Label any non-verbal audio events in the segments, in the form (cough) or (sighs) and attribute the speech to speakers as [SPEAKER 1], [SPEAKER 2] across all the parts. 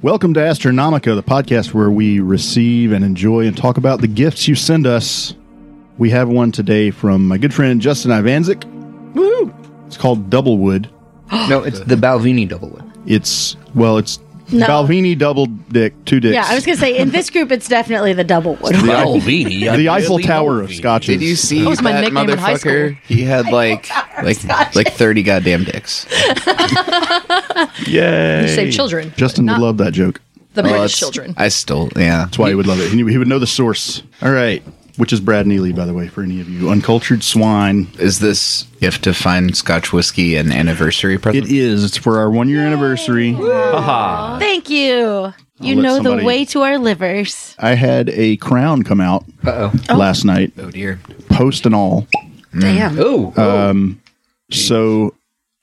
[SPEAKER 1] Welcome to Astronomica, the podcast where we receive and enjoy and talk about the gifts you send us. We have one today from my good friend Justin Ivanzik. Woo! It's called Doublewood.
[SPEAKER 2] No, it's the Balvini double wood.
[SPEAKER 1] It's well, it's
[SPEAKER 3] No.
[SPEAKER 1] Balvini double dick, two dicks.
[SPEAKER 3] Yeah, I was gonna say in this group it's definitely the double wood.
[SPEAKER 1] The Eiffel-
[SPEAKER 4] Balvini, I
[SPEAKER 1] the
[SPEAKER 4] really
[SPEAKER 1] Eiffel
[SPEAKER 4] know
[SPEAKER 1] Tower of
[SPEAKER 4] Balvini.
[SPEAKER 1] scotches.
[SPEAKER 2] Did you see
[SPEAKER 5] was my
[SPEAKER 2] that
[SPEAKER 5] nickname in high
[SPEAKER 2] motherfucker? He had
[SPEAKER 5] (laughs)
[SPEAKER 2] like like like thirty goddamn dicks.
[SPEAKER 1] Yay!
[SPEAKER 5] You save children,
[SPEAKER 1] Justin
[SPEAKER 5] but
[SPEAKER 1] would
[SPEAKER 5] not-
[SPEAKER 1] love that joke.
[SPEAKER 5] The
[SPEAKER 2] Well,
[SPEAKER 5] British
[SPEAKER 2] it's-
[SPEAKER 5] children.
[SPEAKER 2] I stole. Yeah,
[SPEAKER 1] That's why he would love it. He, he would know the source. All right, which is Brad Neely, by the way, for any of you uncultured swine.
[SPEAKER 2] Is this if to find Scotch whiskey an anniversary present?
[SPEAKER 1] It is. It's for our one year anniversary.
[SPEAKER 3] Thank you. You
[SPEAKER 1] let
[SPEAKER 3] know
[SPEAKER 1] somebody-
[SPEAKER 3] the way to our livers.
[SPEAKER 1] I had a crown come out
[SPEAKER 2] Uh
[SPEAKER 1] last night,
[SPEAKER 2] oh. Oh dear.
[SPEAKER 1] post and all.
[SPEAKER 3] Damn.
[SPEAKER 4] Oh,
[SPEAKER 2] Uh,
[SPEAKER 1] So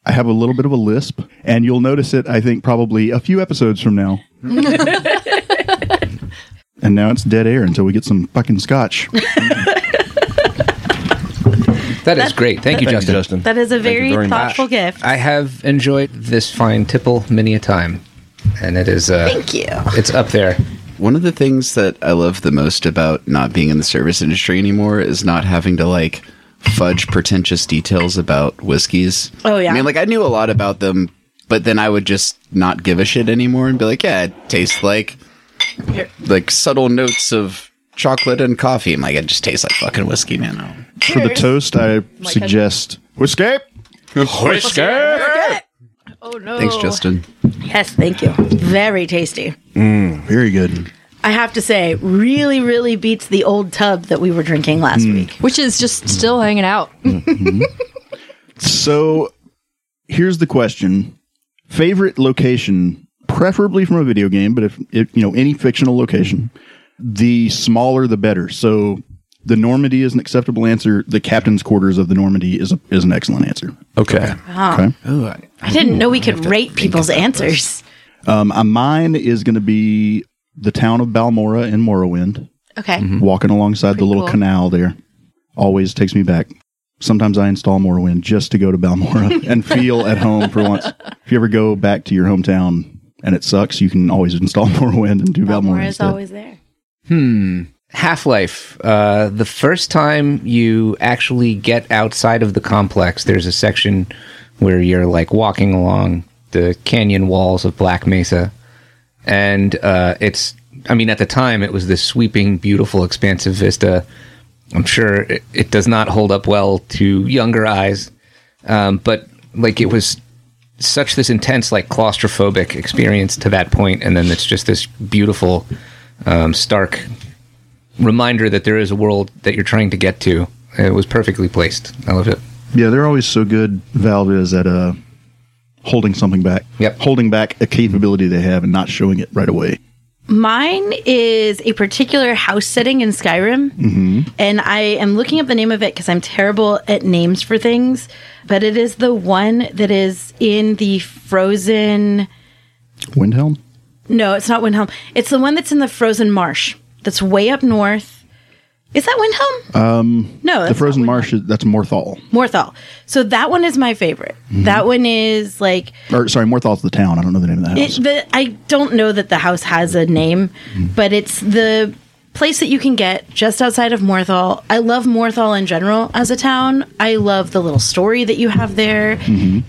[SPEAKER 1] I have a little bit of a lisp, and you'll notice it, I think, probably a few episodes from now. and now it's dead air until we get some fucking scotch.
[SPEAKER 2] That is great. Thank you, Ah,
[SPEAKER 4] Justin. Justin.
[SPEAKER 3] That is a
[SPEAKER 4] Thank you
[SPEAKER 3] very,
[SPEAKER 4] very much.
[SPEAKER 3] thoughtful gift.
[SPEAKER 2] I have enjoyed this fine tipple many a time, and it is uh,
[SPEAKER 3] Thank you.
[SPEAKER 2] it's up there.
[SPEAKER 6] One of the things that I love the most about not being in the service industry anymore is not having to like fudge pretentious details about whiskeys.
[SPEAKER 3] Oh, yeah.
[SPEAKER 6] I mean, like I knew a lot about them, but then I would just not give a shit anymore and be like, yeah, it tastes like like subtle notes of chocolate and coffee. I'm like, it just tastes like fucking whiskey, man. Oh.
[SPEAKER 1] For the toast, I
[SPEAKER 5] Like
[SPEAKER 1] suggest Whiskey.
[SPEAKER 3] (laughs)
[SPEAKER 5] oh no!
[SPEAKER 6] Thanks, Justin.
[SPEAKER 3] Yes, thank you. Very tasty.
[SPEAKER 1] Very good.
[SPEAKER 3] I have to say, really, really beats the old tub that we were drinking last week.
[SPEAKER 5] Which is just still hanging out.
[SPEAKER 1] So here's the question favorite location, preferably from a video game, but if, if you know, any fictional location, the smaller the better. So the Normandy is an acceptable answer. The captain's quarters of the Normandy is, a, is an excellent answer.
[SPEAKER 4] okay.
[SPEAKER 1] Okay.
[SPEAKER 3] I didn't know we could rate people's answers.
[SPEAKER 1] Um, uh, mine is going to be the town of Balmora in Morrowind,
[SPEAKER 3] Okay.
[SPEAKER 2] Hmm.
[SPEAKER 1] walking alongside the little
[SPEAKER 3] cool.
[SPEAKER 1] canal there. Always takes me back. Sometimes I install Morrowind just to go to
[SPEAKER 3] (laughs)
[SPEAKER 1] Balmora and feel at home for once. If you ever go back to your hometown and it sucks, you can always install (laughs) Morrowind and do Balmora,
[SPEAKER 3] Balmora is
[SPEAKER 1] instead.
[SPEAKER 3] always there.
[SPEAKER 2] Half Life. Uh, the first time you actually get outside of the complex, there's a section where you're like walking along the canyon walls of Black Mesa. And uh, it's, I mean, at the time, it was this sweeping, beautiful, expansive vista. I'm sure it, it does not hold up well to younger eyes, um, but like it was such this intense, like claustrophobic experience to that point, and then it's just this beautiful, um, stark reminder that there is a world that you're trying to get to. It was perfectly placed. I love it.
[SPEAKER 1] Yeah, they're always so good. Valve is at uh, holding something back.
[SPEAKER 2] Yep.
[SPEAKER 1] Holding back a capability they have and not showing it right away.
[SPEAKER 3] Mine is a particular house setting in Skyrim, and I am looking up the name of it because I'm terrible at names for things. But it is the one that is in the frozen.
[SPEAKER 1] Windhelm?
[SPEAKER 3] No, it's not Windhelm. It's the one that's in the frozen marsh. That's way up north. Is that Windhelm? Um, no,
[SPEAKER 1] The
[SPEAKER 3] that's
[SPEAKER 1] frozen
[SPEAKER 3] not
[SPEAKER 1] marsh, is, that's Morthal.
[SPEAKER 3] Windhelm. Morthal. So that one is my favorite. That one is like
[SPEAKER 1] Or, sorry, Morthal's the town. I don't know the name of the house.
[SPEAKER 3] It, the, I don't know that the house has a name, but it's the place that you can get just outside of Morthal. I love Morthal in general as a town. I love the little story that you have there.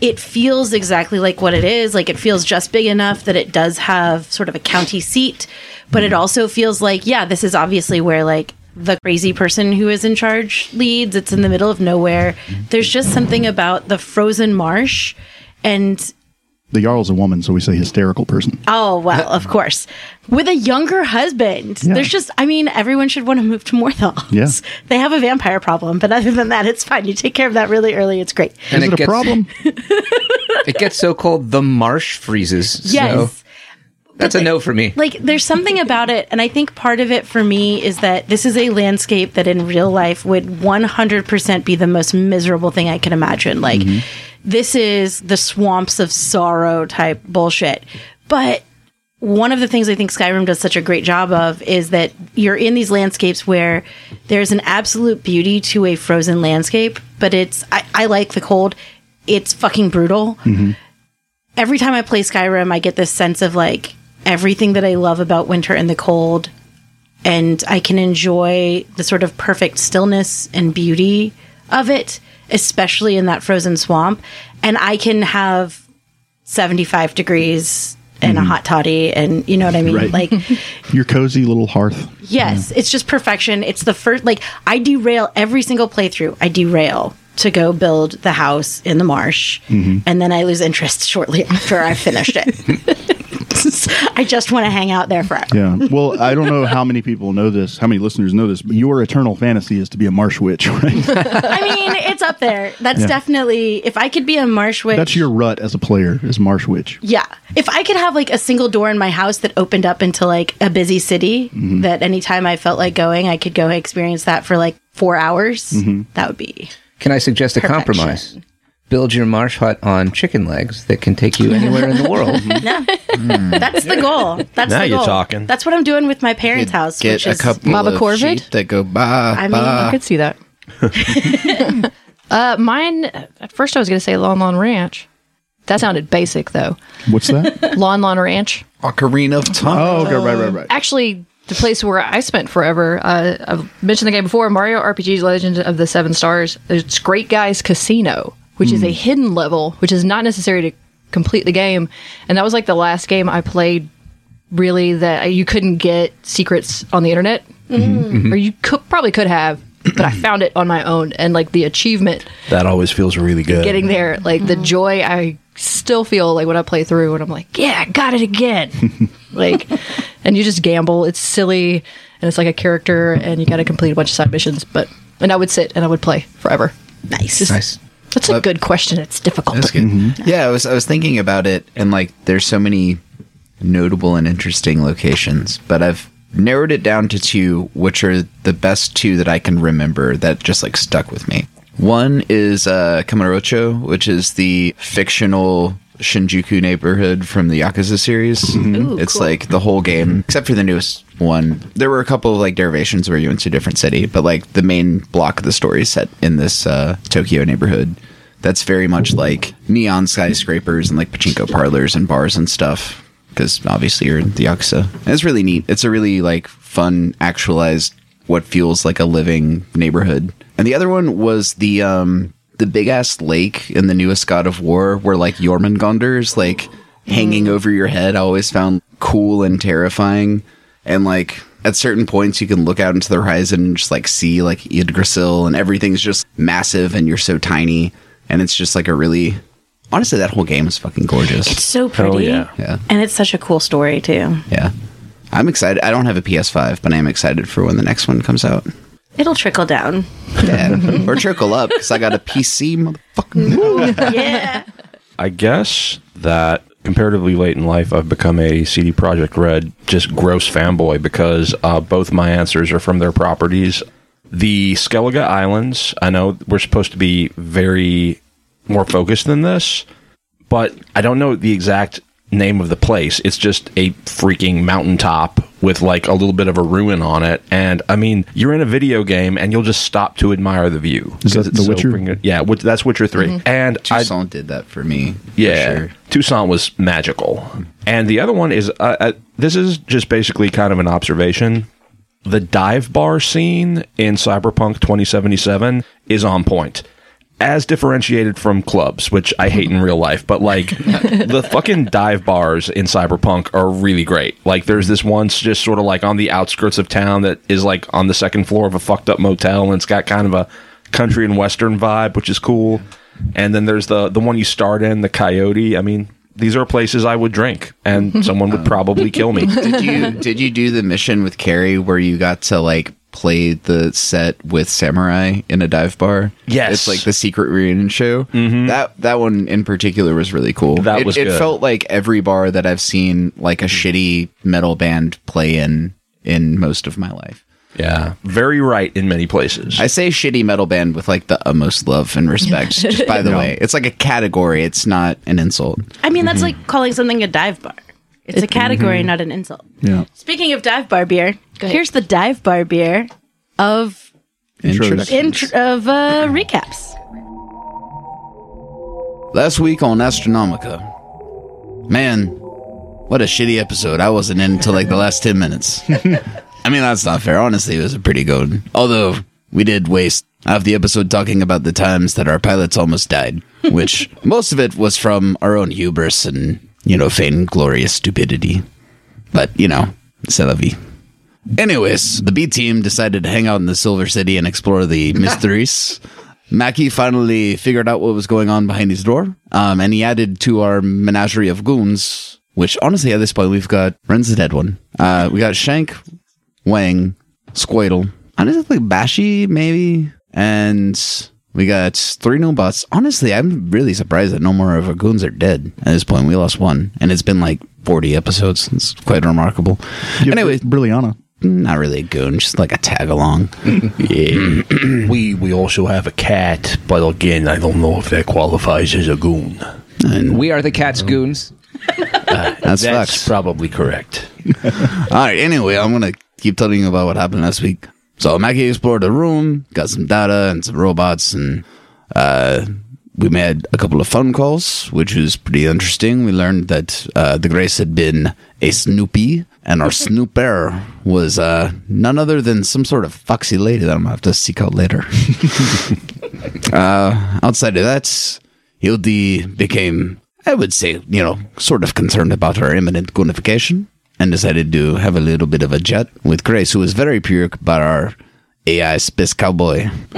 [SPEAKER 3] It feels exactly like what it is. Like it feels just big enough that it does have sort of a county seat, but it also feels like, yeah, this is obviously where like the crazy person who is in charge leads. It's in the middle of nowhere. There's just something about the frozen marsh and
[SPEAKER 1] the Jarl's a woman, so we say hysterical person.
[SPEAKER 3] Oh, well, of course. With a younger husband.
[SPEAKER 1] Uh, Yeah.
[SPEAKER 3] There's just, I mean, everyone should want to move to Morthal.
[SPEAKER 1] Yeah.
[SPEAKER 3] They have a vampire problem, but other than that, it's fine. You take care of that really early. It's great.
[SPEAKER 2] And
[SPEAKER 1] Is it a
[SPEAKER 2] gets, (laughs)
[SPEAKER 1] problem?
[SPEAKER 2] (laughs) It gets so cold the marsh freezes.
[SPEAKER 3] Yes.
[SPEAKER 2] So that's a no for me.
[SPEAKER 3] like there's something about it and i think part of it for me is that this is a landscape that in real life would 100% be the most miserable thing i can imagine like this is the swamps of sorrow type bullshit but one of the things I think Skyrim does such a great job of is that you're in these landscapes where there's an absolute beauty to a frozen landscape, but it's, I, I like the cold. It's fucking brutal every time I play Skyrim, I get this sense of like, everything that I love about winter and the cold. And I can enjoy the sort of perfect stillness and beauty of it, especially in that frozen swamp. And I can have 75 degrees and a hot toddy, and you know what I mean?
[SPEAKER 1] Right.
[SPEAKER 3] Like,
[SPEAKER 1] Your cozy little hearth. Mm.
[SPEAKER 3] Yes, it's just perfection. It's the first like I derail every single playthrough. I derail to go build the house in the marsh,
[SPEAKER 1] Mm-hmm.
[SPEAKER 3] and then I lose interest shortly after I finished it. (laughs) I just want to hang out there forever.
[SPEAKER 1] Yeah. Well, I don't know how many people know this, how many listeners know this, but your eternal fantasy is to be a marsh witch, (laughs) right?
[SPEAKER 3] I mean, it's up there. That's
[SPEAKER 1] Yeah.
[SPEAKER 3] definitely if I could be a marsh witch.
[SPEAKER 1] That's your rut as a player, is marsh witch.
[SPEAKER 3] Yeah. If I could have like a single door in my house that opened up into like a busy city
[SPEAKER 1] Mm-hmm.
[SPEAKER 3] that anytime I felt like going, I could go experience that for like 4 hours,
[SPEAKER 1] Mm-hmm.
[SPEAKER 3] that would be
[SPEAKER 2] Can I suggest a
[SPEAKER 3] Perfection.
[SPEAKER 2] compromise? Build your marsh hut on chicken legs that can take you anywhere in the world.
[SPEAKER 3] (laughs) That's the goal. That's
[SPEAKER 7] Hmm. Now
[SPEAKER 3] the
[SPEAKER 7] you're
[SPEAKER 3] goal.
[SPEAKER 7] talking.
[SPEAKER 3] That's what I'm doing with my parents' house.
[SPEAKER 6] Get
[SPEAKER 3] which
[SPEAKER 6] a
[SPEAKER 3] is,
[SPEAKER 6] couple
[SPEAKER 5] Baba
[SPEAKER 6] of
[SPEAKER 5] Corvid?
[SPEAKER 6] sheep that go ba
[SPEAKER 3] I mean,
[SPEAKER 5] I
[SPEAKER 6] ba.
[SPEAKER 5] could see (laughs) that. uh, mine, at first I was going to say Lon Lon Ranch. That sounded basic, though.
[SPEAKER 1] What's that?
[SPEAKER 5] Lon Lon Ranch.
[SPEAKER 6] Ocarina of
[SPEAKER 1] (laughs)
[SPEAKER 6] Time.
[SPEAKER 1] oh, okay. Right, right, right.
[SPEAKER 5] Actually, the place where I spent forever, uh, I've mentioned the game before Mario RPG's Legend of the Seven Stars. It's Great Guys Casino, which is a hidden level, which is not necessary to complete the game. And that was like the last game I played, really, that you couldn't get secrets on the internet. Or you could, probably could have, but I found it on my own. And like the achievement
[SPEAKER 7] That always feels really good.
[SPEAKER 5] getting there, like the joy I still feel like when I play through and I'm like, yeah, I got it
[SPEAKER 8] (laughs)
[SPEAKER 5] again. like, and you just gamble. It's silly and it's like a character and you got to complete a bunch of side missions. But, and I would sit and I would play forever.
[SPEAKER 3] nice.
[SPEAKER 2] (laughs) nice.
[SPEAKER 5] That's a good question. It's difficult.
[SPEAKER 6] That's good. Yeah, I was I was thinking about it, and like, there's so many notable and interesting locations, but I've narrowed it down to two, which are the best two that I can remember that just like stuck with me. One is uh, Kamarocho, which is the fictional Shinjuku neighborhood from the Yakuza series. it's like the whole game, except for the newest one. There were a couple of like derivations where you went to a different city, but like the main block of the story is set in this uh, Tokyo neighborhood that's very much like neon skyscrapers and like pachinko parlors and bars and stuff because obviously you're in the yakuza and it's really neat it's a really like fun actualized what feels like a living neighborhood and the other one was the um the big ass lake in the newest god of war where like jormungandr is like hanging over your head i always found cool and terrifying and like at certain points you can look out into the horizon and just like see like Yggdrasil and everything's just massive and you're so tiny and it's just like a really honestly that whole game is fucking gorgeous.
[SPEAKER 3] So pretty.
[SPEAKER 7] Oh, yeah.
[SPEAKER 6] Yeah.
[SPEAKER 3] And it's such a cool story too.
[SPEAKER 6] yeah. I'm excited. I don't have a PS5, but I am excited for when the next one comes out.
[SPEAKER 3] It'll trickle down.
[SPEAKER 6] Yeah. or trickle up cuz I got a PC motherfucker.
[SPEAKER 3] yeah.
[SPEAKER 7] I guess that comparatively late in life, I've become a CD Project Red just gross fanboy because uh, both my answers are from their properties. The Skellige Islands, I know we're supposed to be very more focused than this, but I don't know the exact name of the place. It's just a freaking mountaintop with like a little bit of a ruin on it. And I mean, you're in a video game and you'll just stop to admire the view.
[SPEAKER 1] Is that
[SPEAKER 7] 'Cause it's
[SPEAKER 1] The Witcher?
[SPEAKER 7] freaking- yeah, Wit- that's Witcher 3. And I,
[SPEAKER 6] Tucson did that for me. for
[SPEAKER 7] yeah,
[SPEAKER 6] sure.
[SPEAKER 7] Tucson was magical. And the other one is uh, uh, this is just basically kind of an observation. The dive bar scene in Cyberpunk 2077 is on point. As differentiated from clubs, which I hate in real life, but
[SPEAKER 6] (laughs)
[SPEAKER 7] like the fucking dive bars in Cyberpunk are really great. Like there's this one s- just sort of like on the outskirts of town that is like on the second floor of a fucked up motel and it's got kind of a country and western vibe, which is cool. And then there's the the one you start in, the Coyote. I mean, these are places I would drink, and someone would probably kill me.
[SPEAKER 6] Did you did you do the mission with Carrie where you got to like play the set with samurai in a dive bar?
[SPEAKER 7] Yes. Mm-hmm.
[SPEAKER 6] it's like the secret reunion show. That that one in particular was really cool.
[SPEAKER 7] That
[SPEAKER 6] it,
[SPEAKER 7] was
[SPEAKER 6] it
[SPEAKER 7] good.
[SPEAKER 6] felt like every bar that I've seen like a shitty metal band play in in most of my life.
[SPEAKER 7] Yeah, very right in many places.
[SPEAKER 6] I say shitty metal band with like the utmost love and respect. just by the way, it's like a category. It's not an insult.
[SPEAKER 3] (laughs) I mean, that's like calling something a dive bar. It's a category,
[SPEAKER 7] Mm-hmm.
[SPEAKER 3] not an insult.
[SPEAKER 1] Yeah.
[SPEAKER 3] Speaking of dive bar beer,
[SPEAKER 5] ahead.
[SPEAKER 3] here's the dive bar beer of
[SPEAKER 1] Introduction.
[SPEAKER 3] intr- of uh, recaps.
[SPEAKER 6] Last week on Astronomica. Man, What a shitty episode. I wasn't in until like the last 10 minutes. I mean, that's not fair. Honestly, it was a pretty good. Although, we did waste half the episode talking about the times that our pilots almost died, which most of it was from our own hubris and, you know, vainglorious stupidity. But, you know, c'est la vie. Anyways, the B team decided to hang out in the Silver City and explore the mysteries. Mackie finally figured out what was going on behind his door, um, and he added to our menagerie of goons, which honestly, at this point, we've got Ren's the dead one. Uh, we got Shank, Wang, Squirtle, honestly, Bashy, maybe, and we got three new bots. Honestly, I'm really surprised that no more of our goons are dead at this point. We lost one, and it's been like 40 episodes. It's quite remarkable. Anyway,
[SPEAKER 1] Brilliana.
[SPEAKER 6] not really a goon, just like a tag along. (laughs) yeah.
[SPEAKER 7] We we also have a cat, but again, I don't know if that qualifies as a goon.
[SPEAKER 6] And
[SPEAKER 2] We are the cat's goons.
[SPEAKER 6] that's,
[SPEAKER 7] That's
[SPEAKER 6] facts.
[SPEAKER 7] probably correct.
[SPEAKER 6] All right. Anyway, I'm gonna keep telling you about what happened last week. So Mackie explored the room, got some data and some robots, and uh, we made a couple of phone calls, which was pretty interesting. We learned that uh, the Grace had been a Snoopy, and our Snooper was uh, none other than some sort of foxy lady that I'm gonna have to seek out later. (laughs) uh, outside of that, Hildy became, I would say, you know, sort of concerned about her imminent gunification and decided to have a little bit of a chat with Grace, who was very pure about our AI space cowboy. (laughs)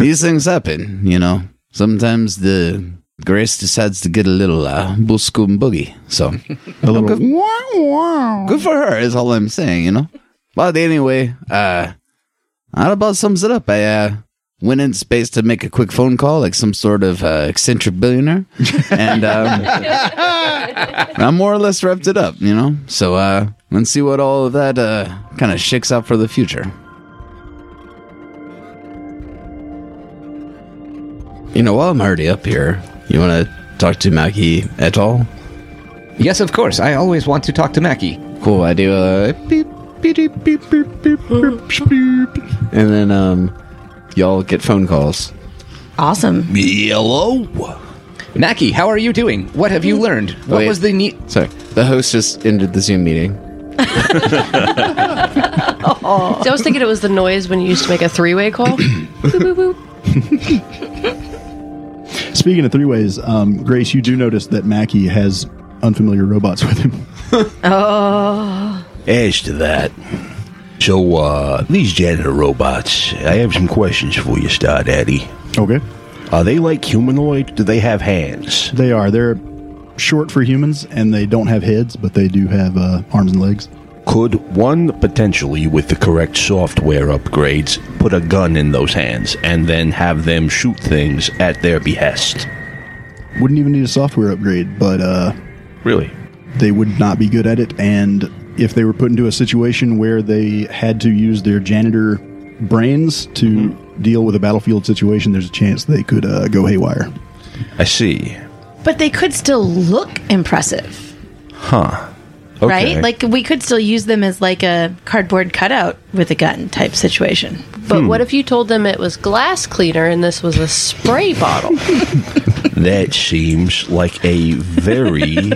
[SPEAKER 6] These things happen, you know. Sometimes the Grace decides to get a little uh, booscoom boogie. So
[SPEAKER 1] A little, wow,
[SPEAKER 6] good for her is all I'm saying, you know. But anyway, uh, that about sums it up. I uh, went in space to make a quick phone call, like some sort of uh, eccentric billionaire, and um, I more or less wrapped it up, you know. So uh, let's see what all of that uh, kind of shakes out for the future. You know, while I'm already up here, you want to talk to Maggie at all?
[SPEAKER 2] Yes, of course. I always want to talk to Mackie.
[SPEAKER 6] cool. I do a beep, beep, beep, beep, beep, beep, beep, sh- beep. and then um, y'all get phone calls.
[SPEAKER 3] Awesome.
[SPEAKER 7] Yellow.
[SPEAKER 2] Mackie, how are you doing? What have you learned? What
[SPEAKER 6] Wait.
[SPEAKER 2] was the (laughs) neat?
[SPEAKER 6] Sorry, the host just ended the Zoom meeting.
[SPEAKER 5] I was thinking it was the noise when you used to make a three way (clears throat) call. boop, boop, boop.
[SPEAKER 1] Speaking of three ways, um, Grace, you do notice that Mackie has unfamiliar robots with him.
[SPEAKER 7] As to that, so uh, these janitor robots, I have some questions for you, Star Daddy.
[SPEAKER 1] Okay.
[SPEAKER 7] Are they like humanoid? Do they have hands?
[SPEAKER 1] They are. They're short for humans and they don't have heads, but they do have uh, arms and legs.
[SPEAKER 7] Could one potentially, with the correct software upgrades, put a gun in those hands and then have them shoot things at their behest?
[SPEAKER 1] Wouldn't even need a software upgrade, but uh,
[SPEAKER 7] Really?
[SPEAKER 1] they would not be good at it. And if they were put into a situation where they had to use their janitor brains to deal with a battlefield situation, there's a chance they could uh, go haywire.
[SPEAKER 7] I see.
[SPEAKER 3] But they could still look impressive,
[SPEAKER 7] Okay.
[SPEAKER 3] right? Like we could still use them as like a cardboard cutout with a gun type situation.
[SPEAKER 8] But what if you told them it was glass cleaner and this was a
[SPEAKER 5] (laughs)
[SPEAKER 8] spray bottle?
[SPEAKER 7] That seems like a
[SPEAKER 2] (laughs)
[SPEAKER 7] very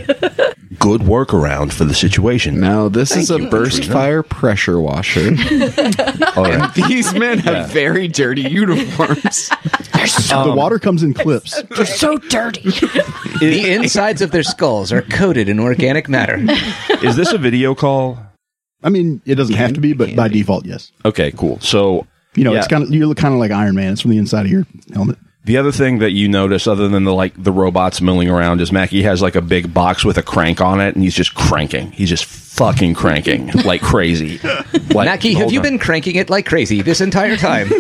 [SPEAKER 7] good workaround for the situation.
[SPEAKER 6] Now this is a burst fire pressure washer.
[SPEAKER 7] All right.
[SPEAKER 6] These men have very dirty uniforms.
[SPEAKER 1] the water comes in clips.
[SPEAKER 2] The insides of their skulls are coated in organic (laughs) matter.
[SPEAKER 4] Is this a video call?
[SPEAKER 1] I mean, it doesn't have to be, but by default, yes.
[SPEAKER 4] Okay, cool. So
[SPEAKER 1] You know,
[SPEAKER 4] Yeah.
[SPEAKER 1] it's kind of you look kind of like Iron Man. It's from the inside of your helmet.
[SPEAKER 4] the other thing that you notice, other than the like the robots milling around, is Mackie has like a big box with a crank on it, and he's just cranking. He's just fucking cranking like crazy. Like,
[SPEAKER 2] Mackie,
[SPEAKER 4] the
[SPEAKER 2] have
[SPEAKER 4] whole
[SPEAKER 2] you
[SPEAKER 4] time.
[SPEAKER 2] been cranking it like crazy this entire time?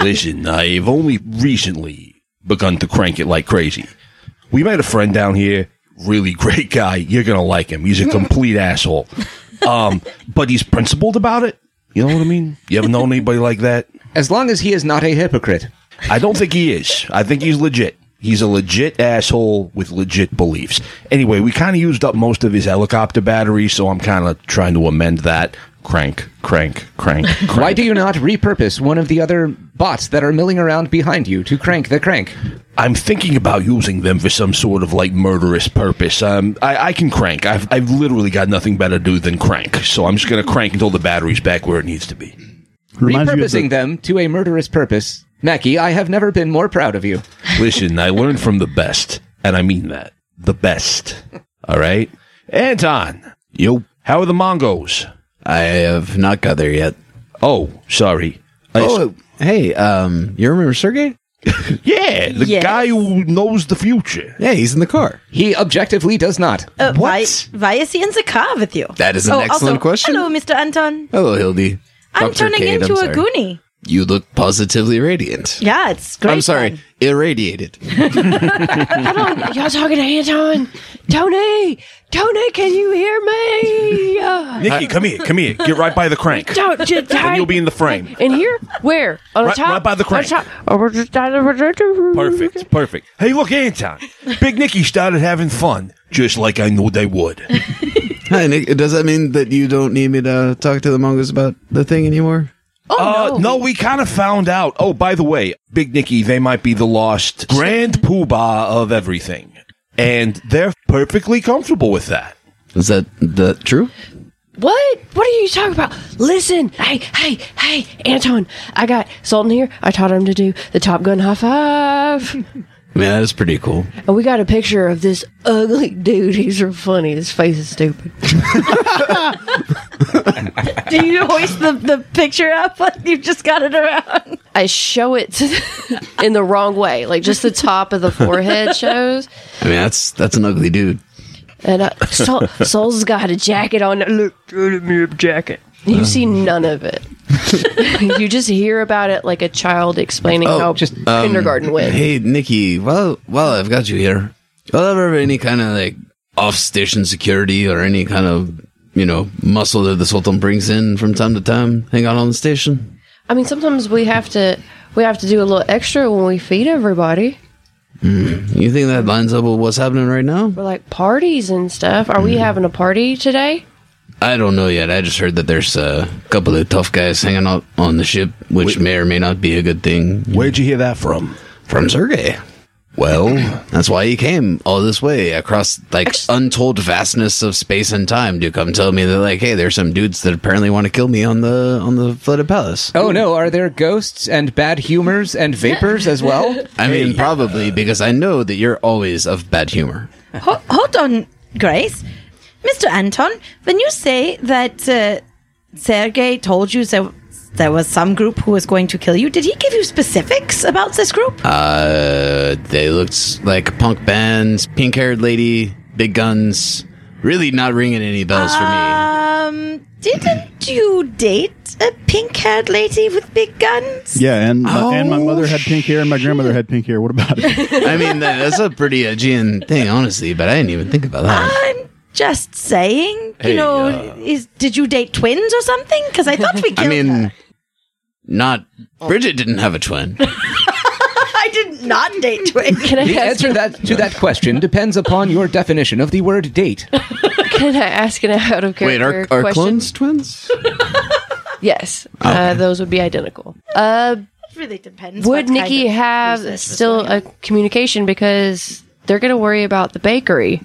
[SPEAKER 7] Listen, I've only recently begun to crank it like crazy. We met a friend down here, really great guy. You're gonna like him. He's a complete asshole. Um, but he's principled about it. You know what I mean? You ever known anybody like that?
[SPEAKER 2] as long as he is not a hypocrite.
[SPEAKER 7] I don't think he is. I think he's legit. He's a legit asshole with legit beliefs. Anyway, we kind of used up most of his helicopter battery, so I'm kind of trying to amend that. Crank, crank, crank, crank.
[SPEAKER 2] Why do you not repurpose one of the other bots that are milling around behind you to crank the crank.
[SPEAKER 7] I'm thinking about using them for some sort of like murderous purpose. Um, I, I can crank. I've, I've literally got nothing better to do than crank. So I'm just going to crank until the battery's back where it needs to be.
[SPEAKER 1] Reminds me of
[SPEAKER 2] Repurposing
[SPEAKER 1] the,
[SPEAKER 2] them to a murderous purpose. Mackie, I have never been more proud of you.
[SPEAKER 7] Listen, I learned from the best, and I mean that. The best. All right? Anton. Yo. How are the Mongos?
[SPEAKER 6] (laughs) I have not got there yet.
[SPEAKER 7] Oh, sorry. I-
[SPEAKER 6] Oh, hey, um, you remember Sergey?
[SPEAKER 7] yeah, the
[SPEAKER 3] Yes.
[SPEAKER 7] guy who knows the future.
[SPEAKER 6] Yeah, he's in the car.
[SPEAKER 2] He objectively does not.
[SPEAKER 3] Uh, Why,
[SPEAKER 6] What?
[SPEAKER 3] why is he in the car with you? Oh,
[SPEAKER 6] That is an excellent question.
[SPEAKER 3] Hello, Mr. Anton.
[SPEAKER 6] Hello, Hildy.
[SPEAKER 3] I'm
[SPEAKER 6] Dr.
[SPEAKER 3] turning
[SPEAKER 6] Cade,
[SPEAKER 3] into
[SPEAKER 6] I'm sorry.
[SPEAKER 3] a goonie.
[SPEAKER 6] You look positively radiant.
[SPEAKER 3] Yeah, it's great.
[SPEAKER 6] I'm sorry,
[SPEAKER 3] fun.
[SPEAKER 6] irradiated. (laughs)
[SPEAKER 8] Y'all talking to Anton? Tony! Tony, can you hear me? Uh,
[SPEAKER 4] Nikki, come here, come here. Get right by the crank.
[SPEAKER 8] don't you
[SPEAKER 4] And
[SPEAKER 8] die.
[SPEAKER 4] you'll be in the frame.
[SPEAKER 8] in here? Where? On
[SPEAKER 4] Right-
[SPEAKER 8] the top?
[SPEAKER 4] right by the
[SPEAKER 8] On
[SPEAKER 4] crank.
[SPEAKER 8] top. Perfect.
[SPEAKER 4] Perfect, perfect.
[SPEAKER 7] Hey, look, Anton. Big Nicky started having fun, just like I knew they
[SPEAKER 8] (laughs)
[SPEAKER 7] would.
[SPEAKER 6] Hi, Nick. Does that mean that you don't need me to talk to the Mongos about the thing anymore?
[SPEAKER 8] Oh,
[SPEAKER 7] uh, no. we kind of found out. Oh, by the way, Big Nicky, they might be the lost grand poobah of everything. And they're perfectly comfortable with that.
[SPEAKER 6] Is that the true?
[SPEAKER 8] What? What are you talking about? Listen, hey, hey, hey, Anton, I got Sultan here. I taught him to do the Top Gun high five.
[SPEAKER 6] I mean, that is pretty cool.
[SPEAKER 8] And we got a picture of this ugly (laughs) dude. He's real funny. His face is stupid.
[SPEAKER 3] Do (laughs) you hoist the, the picture up? (laughs) You've just got it around.
[SPEAKER 8] I show it to- in the (laughs) wrong way, like just the top of the forehead shows.
[SPEAKER 6] I mean, that's that's an ugly dude.
[SPEAKER 8] And uh, Sol- Sol's got a jacket on. Look, look at me, jacket. You see
[SPEAKER 5] Um.
[SPEAKER 8] none of it. (laughs) you just hear about it like a child explaining
[SPEAKER 5] Oh,
[SPEAKER 8] how just
[SPEAKER 5] um,
[SPEAKER 8] kindergarten went.
[SPEAKER 6] Hey, Nikki. Well, well, I've got you here. Well, ever any kind of like off-station security or any kind of you know muscle that the Sultan brings in from time to time, hang out on the station.
[SPEAKER 8] I mean, sometimes we have to we have
[SPEAKER 5] (laughs)
[SPEAKER 8] to do a little extra when we feed everybody.
[SPEAKER 6] You think that lines up with what's happening right now?
[SPEAKER 8] We're like parties and stuff. Are
[SPEAKER 4] Hmm.
[SPEAKER 8] we having a party today?
[SPEAKER 6] I don't know yet. I just heard that there's a couple of tough guys hanging out on the ship, which may or may not be a good thing.
[SPEAKER 7] Where'd you hear that from?
[SPEAKER 6] From Sergey. Well, that's why he came all this way across like untold vastness of space and time to come tell me that like, hey, there's some dudes that apparently want to kill me on the on the flooded palace.
[SPEAKER 2] Oh no, are there ghosts and bad humors and vapors as well?
[SPEAKER 6] I mean, probably because I know that you're always of bad humor.
[SPEAKER 3] Ho- hold on, Grace. Mr. Anton, when you say that uh, Sergei told you there, there was some group who was going to kill you, did he give you specifics about this group?
[SPEAKER 6] Uh, they looked like punk bands, pink-haired lady, big guns. Really not ringing any bells for
[SPEAKER 7] Ah.
[SPEAKER 6] me.
[SPEAKER 3] um, didn't you date a pink haired lady with big guns?
[SPEAKER 1] yeah, and and my mother had pink hair and my grandmother had pink hair. What about it? (laughs)
[SPEAKER 6] I mean, that, that's a pretty Aegean thing, honestly, but I didn't even think about that.
[SPEAKER 3] I'm just saying,
[SPEAKER 6] Hey,
[SPEAKER 3] you know,
[SPEAKER 6] uh,
[SPEAKER 3] is did you date twins or something? Because I thought
[SPEAKER 6] (laughs)
[SPEAKER 3] we killed
[SPEAKER 6] I
[SPEAKER 3] her.
[SPEAKER 6] mean, not.
[SPEAKER 8] Oh.
[SPEAKER 6] Bridget didn't have a twin.
[SPEAKER 3] (laughs) I did not
[SPEAKER 6] (laughs)
[SPEAKER 3] date twins.
[SPEAKER 8] Can I
[SPEAKER 2] The
[SPEAKER 8] ask?
[SPEAKER 2] answer that to that question depends upon your definition of the word date.
[SPEAKER 8] Can I ask an out of
[SPEAKER 6] Wait,
[SPEAKER 8] character
[SPEAKER 6] are, are
[SPEAKER 8] question?
[SPEAKER 6] clones twins?
[SPEAKER 8] Yes,
[SPEAKER 4] Oh,
[SPEAKER 8] uh, those would be identical. Uh,
[SPEAKER 3] It really depends.
[SPEAKER 8] would
[SPEAKER 3] what kind
[SPEAKER 8] Nikki
[SPEAKER 3] of
[SPEAKER 8] have
[SPEAKER 3] research was
[SPEAKER 8] still
[SPEAKER 3] going on.
[SPEAKER 8] a communication because they're going to worry about the bakery,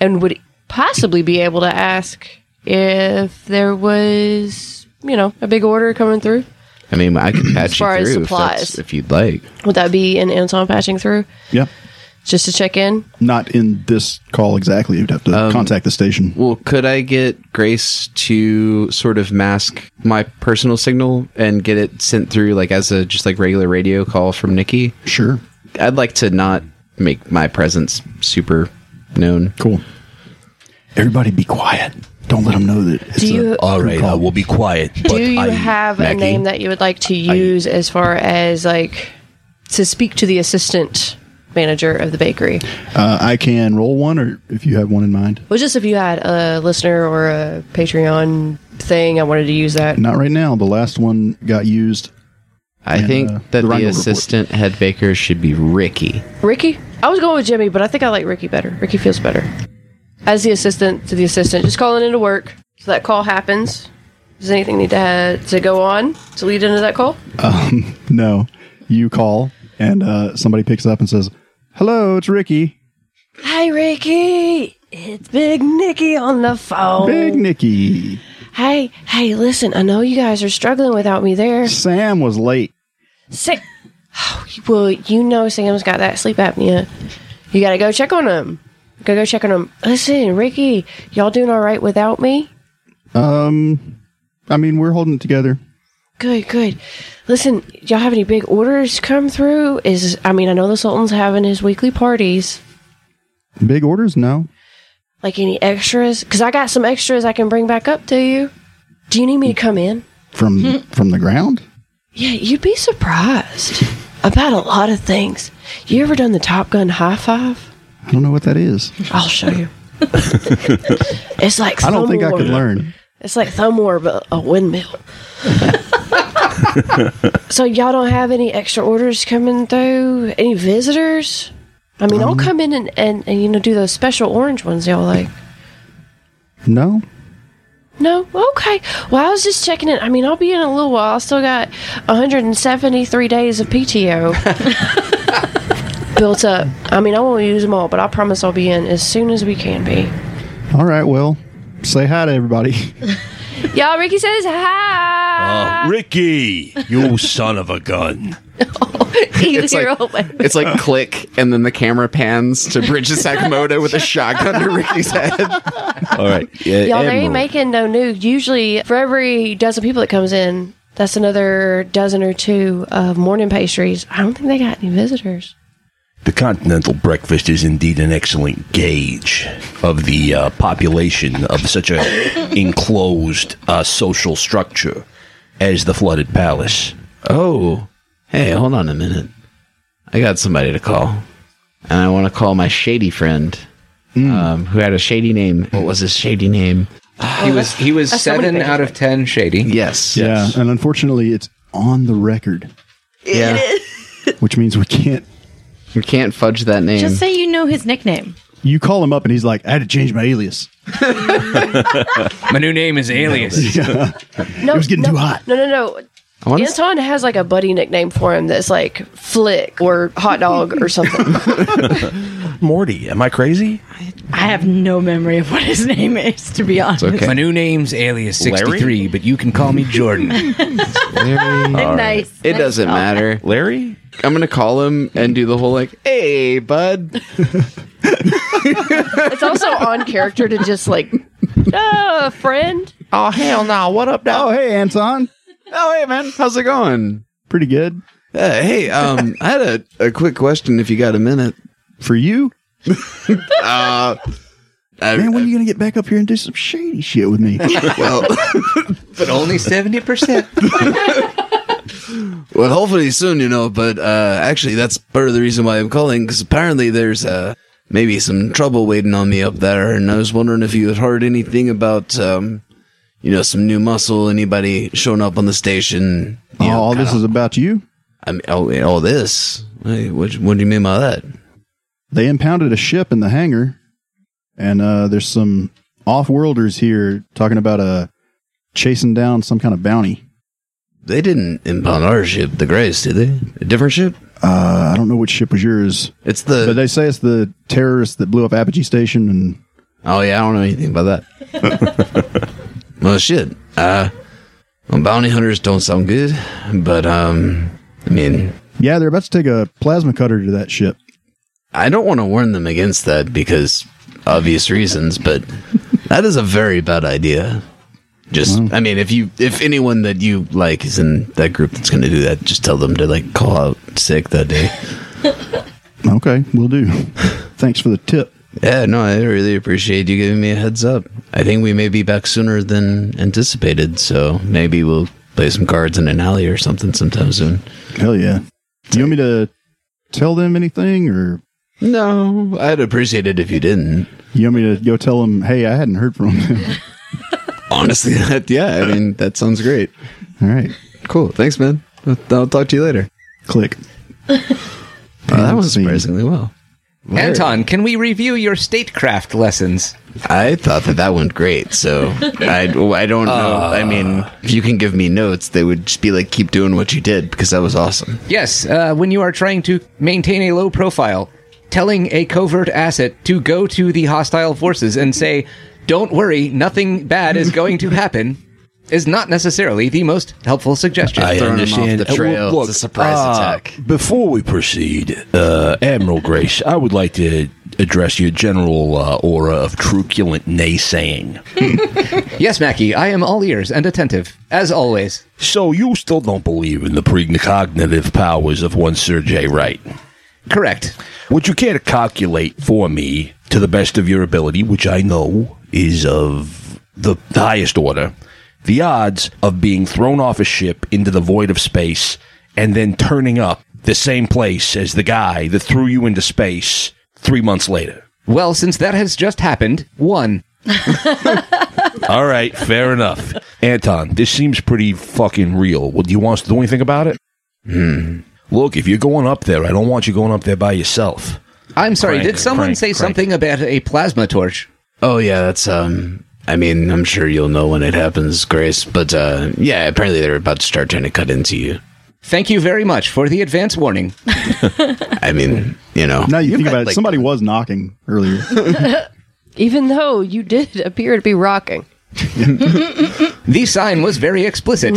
[SPEAKER 8] and would possibly be able to ask if there was you know a big order coming through?
[SPEAKER 6] I mean, I
[SPEAKER 8] (clears throat)
[SPEAKER 6] can patch you
[SPEAKER 8] far
[SPEAKER 6] through
[SPEAKER 8] as
[SPEAKER 6] if,
[SPEAKER 8] supplies.
[SPEAKER 6] that's- if you'd like.
[SPEAKER 8] Would that be an Anton patching through
[SPEAKER 1] yeah,
[SPEAKER 8] just to check in?
[SPEAKER 1] not in this call exactly. You'd have to contact the station.
[SPEAKER 6] Well, could I get Grace to sort of mask my personal signal and get it sent through, like, as a just like regular radio call from Nikki?
[SPEAKER 1] Sure,
[SPEAKER 6] I'd like to not make my presence super known.
[SPEAKER 1] cool. Everybody, be quiet. Don't let them know that. It's
[SPEAKER 8] Do you-
[SPEAKER 1] a
[SPEAKER 7] All right,
[SPEAKER 1] call.
[SPEAKER 7] I will be quiet. But
[SPEAKER 8] Do you
[SPEAKER 7] I,
[SPEAKER 8] have
[SPEAKER 6] Maggie?
[SPEAKER 8] a name that you would like to use as far as like to speak to the assistant manager of the bakery?
[SPEAKER 1] Uh, I can roll one, or if you have one in mind.
[SPEAKER 8] Well, just if you had a listener or a Patreon thing, I wanted to use that.
[SPEAKER 1] Not right now. The last one got used.
[SPEAKER 6] I
[SPEAKER 1] And,
[SPEAKER 6] think
[SPEAKER 1] uh,
[SPEAKER 6] that
[SPEAKER 1] the
[SPEAKER 6] the,
[SPEAKER 1] Rhino report.
[SPEAKER 6] assistant head baker should be Ricky.
[SPEAKER 8] Ricky? I was going with Jimmy, but I think I like Ricky better. Ricky feels better. As the assistant to the assistant, just calling into work. So that call happens. Does anything need to, to go on to lead into that call?
[SPEAKER 1] No, you call, and uh, somebody picks up and says, "Hello, it's Ricky,
[SPEAKER 8] Hi, Ricky. It's Big Nicky on the phone.
[SPEAKER 1] Big Nicky."
[SPEAKER 8] Hey, hey, listen, I know you guys are struggling without me there.
[SPEAKER 1] Sam was late.
[SPEAKER 8] Sick. Well, you know Sam's got that sleep apnea. You gotta go check on him. Go go check on him. Listen, Ricky, y'all doing all right without me?
[SPEAKER 1] Um, I mean, we're holding it together.
[SPEAKER 8] Good, good. Listen, y'all have any big orders come through? Is I mean, I know the Sultan's having his weekly parties.
[SPEAKER 1] Big orders? No.
[SPEAKER 8] Like any extras? Because I got some extras I can bring back up to you. Do you need me to come in? (laughs)
[SPEAKER 1] From from the ground?
[SPEAKER 8] Yeah, you'd be surprised about a lot of things. You ever done the Top Gun high five?
[SPEAKER 1] I don't know what that is.
[SPEAKER 8] I'll show you. it's like
[SPEAKER 1] I don't
[SPEAKER 8] thumb
[SPEAKER 1] think I
[SPEAKER 8] war.
[SPEAKER 1] could learn.
[SPEAKER 8] It's like thumb war, but a windmill. so y'all don't have any extra orders coming through? Any visitors? I mean, I'll come in and, and, and you know do those special orange ones y'all like.
[SPEAKER 1] No.
[SPEAKER 8] No, okay. Well, I was just checking it. I mean, I'll be in a little while. I still got 173 days of PTO built up. I mean, I won't use them all, but I promise I'll be in as soon as we can be.
[SPEAKER 1] All right. Well, say hi to everybody.
[SPEAKER 8] Y'all, Ricky says
[SPEAKER 7] Uh,
[SPEAKER 8] hi.
[SPEAKER 7] Oh, Ricky, you (laughs) son of a gun.
[SPEAKER 6] It's like, it's like click, and then the camera pans to Bridges Sakamoto with a shotgun to Ricky's head.
[SPEAKER 7] All right.
[SPEAKER 8] Y'all, they ain't making no new. Usually, for every dozen people that comes in, that's another dozen or two of morning pastries. I don't think they got any visitors.
[SPEAKER 7] The continental breakfast is indeed an excellent gauge of the uh, population of such a enclosed uh, social structure as the flooded palace.
[SPEAKER 6] Oh, hey, hold on a minute. I got somebody to call, and I want to call my shady friend, um, who had a shady name. What was his shady name?
[SPEAKER 2] He was he was seven out of ten shady.
[SPEAKER 6] Yes.
[SPEAKER 1] Yeah. (laughs) And unfortunately, it's on the record,
[SPEAKER 6] Yeah.
[SPEAKER 1] which means we can't.
[SPEAKER 6] We can't fudge that name.
[SPEAKER 3] Just say you know his nickname.
[SPEAKER 1] You call him up and he's like, "I had to change my alias."
[SPEAKER 2] My new name is Alias.
[SPEAKER 1] Yeah.
[SPEAKER 8] No,
[SPEAKER 1] It was getting
[SPEAKER 8] no,
[SPEAKER 1] too hot.
[SPEAKER 8] No, no, no.
[SPEAKER 6] I wanna s-
[SPEAKER 8] Anton has like a buddy nickname for him that's like Flick or Hot Dog
[SPEAKER 1] (laughs)
[SPEAKER 8] or something.
[SPEAKER 4] Morty, am I crazy?
[SPEAKER 3] I have no memory of what his (laughs) name is, to be honest.
[SPEAKER 6] okay.
[SPEAKER 2] My new name's Alias sixty three, but you can (laughs) call me Jordan.
[SPEAKER 3] Nice.
[SPEAKER 6] it doesn't matter.
[SPEAKER 4] Larry?
[SPEAKER 6] I'm gonna call him and do the whole like, "Hey,
[SPEAKER 3] (laughs)
[SPEAKER 6] bud."
[SPEAKER 8] it's also on character to just like, uh, friend.
[SPEAKER 6] Oh hell no! What up,
[SPEAKER 1] Oh,
[SPEAKER 6] dog?
[SPEAKER 1] hey, Anton.
[SPEAKER 6] Oh hey, man, how's it going?
[SPEAKER 1] Pretty good
[SPEAKER 6] Uh, hey, um, I had a, a quick question. If you got a minute,
[SPEAKER 1] for you,
[SPEAKER 6] I-
[SPEAKER 1] man. When are you gonna get back up here and do some shady shit with me?
[SPEAKER 6] (laughs) well,
[SPEAKER 2] but only seventy (laughs) percent.
[SPEAKER 6] well, hopefully soon, you know. But uh, actually, that's part of the reason why I'm calling because apparently there's uh, maybe some trouble waiting on me up there, and I was wondering if you had heard anything about, um, you know, some new muscle. Anybody showing up on the station?
[SPEAKER 1] Oh,
[SPEAKER 6] You know,
[SPEAKER 1] all this
[SPEAKER 6] kinda-
[SPEAKER 1] is about you.
[SPEAKER 6] I mean, all, all this. Hey, what, what do you mean by that?
[SPEAKER 1] They impounded a ship in the hangar, and uh, there's some off-worlders here talking about uh, chasing down some kind of bounty.
[SPEAKER 6] They didn't impound our ship, the Grace, did they? A different ship?
[SPEAKER 1] Uh, I don't know which ship was yours,
[SPEAKER 6] It's the.
[SPEAKER 1] but they say it's the terrorists that blew up Apogee Station, and
[SPEAKER 6] Oh yeah, I don't know anything about that. well, shit. Uh, well, bounty hunters don't sound good, but um, I mean,
[SPEAKER 1] yeah, they're about to take a plasma cutter to that ship.
[SPEAKER 6] I don't want to warn them against that because obvious reasons, but that is a very bad idea. Just, I mean, if you, if anyone that you like is in that group that's going to do that, just tell them to like call out sick that day.
[SPEAKER 1] Okay, we'll
[SPEAKER 6] (laughs)
[SPEAKER 1] do. Thanks for the tip.
[SPEAKER 6] Yeah, no, I really appreciate you giving me a heads up. I think we may be back sooner than anticipated, so maybe we'll play some cards in an alley or something sometime soon.
[SPEAKER 1] Hell yeah! You want me to tell them anything, or
[SPEAKER 6] No, I'd appreciate it if you didn't.
[SPEAKER 1] you want me to go tell them? Hey, I hadn't heard from them.
[SPEAKER 6] Honestly, (laughs) that, yeah, I mean, that sounds great.
[SPEAKER 1] (laughs) All right,
[SPEAKER 6] Cool. Thanks, man. I'll, I'll talk to you later.
[SPEAKER 1] click.
[SPEAKER 6] Wow, that
[SPEAKER 1] End
[SPEAKER 6] was
[SPEAKER 1] scene.
[SPEAKER 6] surprisingly well.
[SPEAKER 2] Anton, can we review your statecraft lessons?
[SPEAKER 6] I thought that that went great. (laughs) So I, I don't know. I mean, if you can give me notes, they would just be like, keep doing what you did because that was awesome.
[SPEAKER 2] Yes, uh, when you are trying to maintain a low profile, telling a covert asset to go to the hostile forces and say, don't worry, nothing bad is going to happen, is not necessarily the most helpful suggestion.
[SPEAKER 7] I
[SPEAKER 6] Throwing 'em off
[SPEAKER 7] understand.
[SPEAKER 6] the
[SPEAKER 7] Uh, well, uh,
[SPEAKER 6] trail. It's a surprise attack.
[SPEAKER 7] Before we proceed, uh, Admiral Grace, I would like to address your general uh, aura of truculent naysaying.
[SPEAKER 2] yes, Mackie, I am all ears and attentive, as always.
[SPEAKER 7] So you still don't believe in the precognitive powers of one Sir J. Wright?
[SPEAKER 2] Correct.
[SPEAKER 7] Would you care to calculate for me, to the best of your ability, which I know is of the highest order, the odds of being thrown off a ship into the void of space and then turning up the same place as the guy that threw you into space three months later?
[SPEAKER 2] Well, since that has just happened, one.
[SPEAKER 7] All right, fair enough. Anton, this seems pretty fucking real. Well, do you want us to do anything about it? Hmm. Look, if you're going up there, I don't want you going up there by yourself.
[SPEAKER 2] I'm sorry,
[SPEAKER 7] Crank,
[SPEAKER 2] did someone
[SPEAKER 7] crank,
[SPEAKER 2] say
[SPEAKER 7] crank.
[SPEAKER 2] something about a plasma torch?
[SPEAKER 6] Oh yeah, that's um. I mean, I'm sure you'll know when it happens, Grace. But uh, yeah, apparently they're about to start trying to cut into you.
[SPEAKER 2] Thank you very much for the advance warning.
[SPEAKER 6] I mean, you know.
[SPEAKER 1] Now you,
[SPEAKER 6] You've
[SPEAKER 1] think
[SPEAKER 6] had,
[SPEAKER 1] about it,
[SPEAKER 6] like-
[SPEAKER 1] somebody was knocking earlier.
[SPEAKER 8] Even though you did appear to be rocking.
[SPEAKER 2] The sign was very
[SPEAKER 8] (laughs)
[SPEAKER 2] explicit.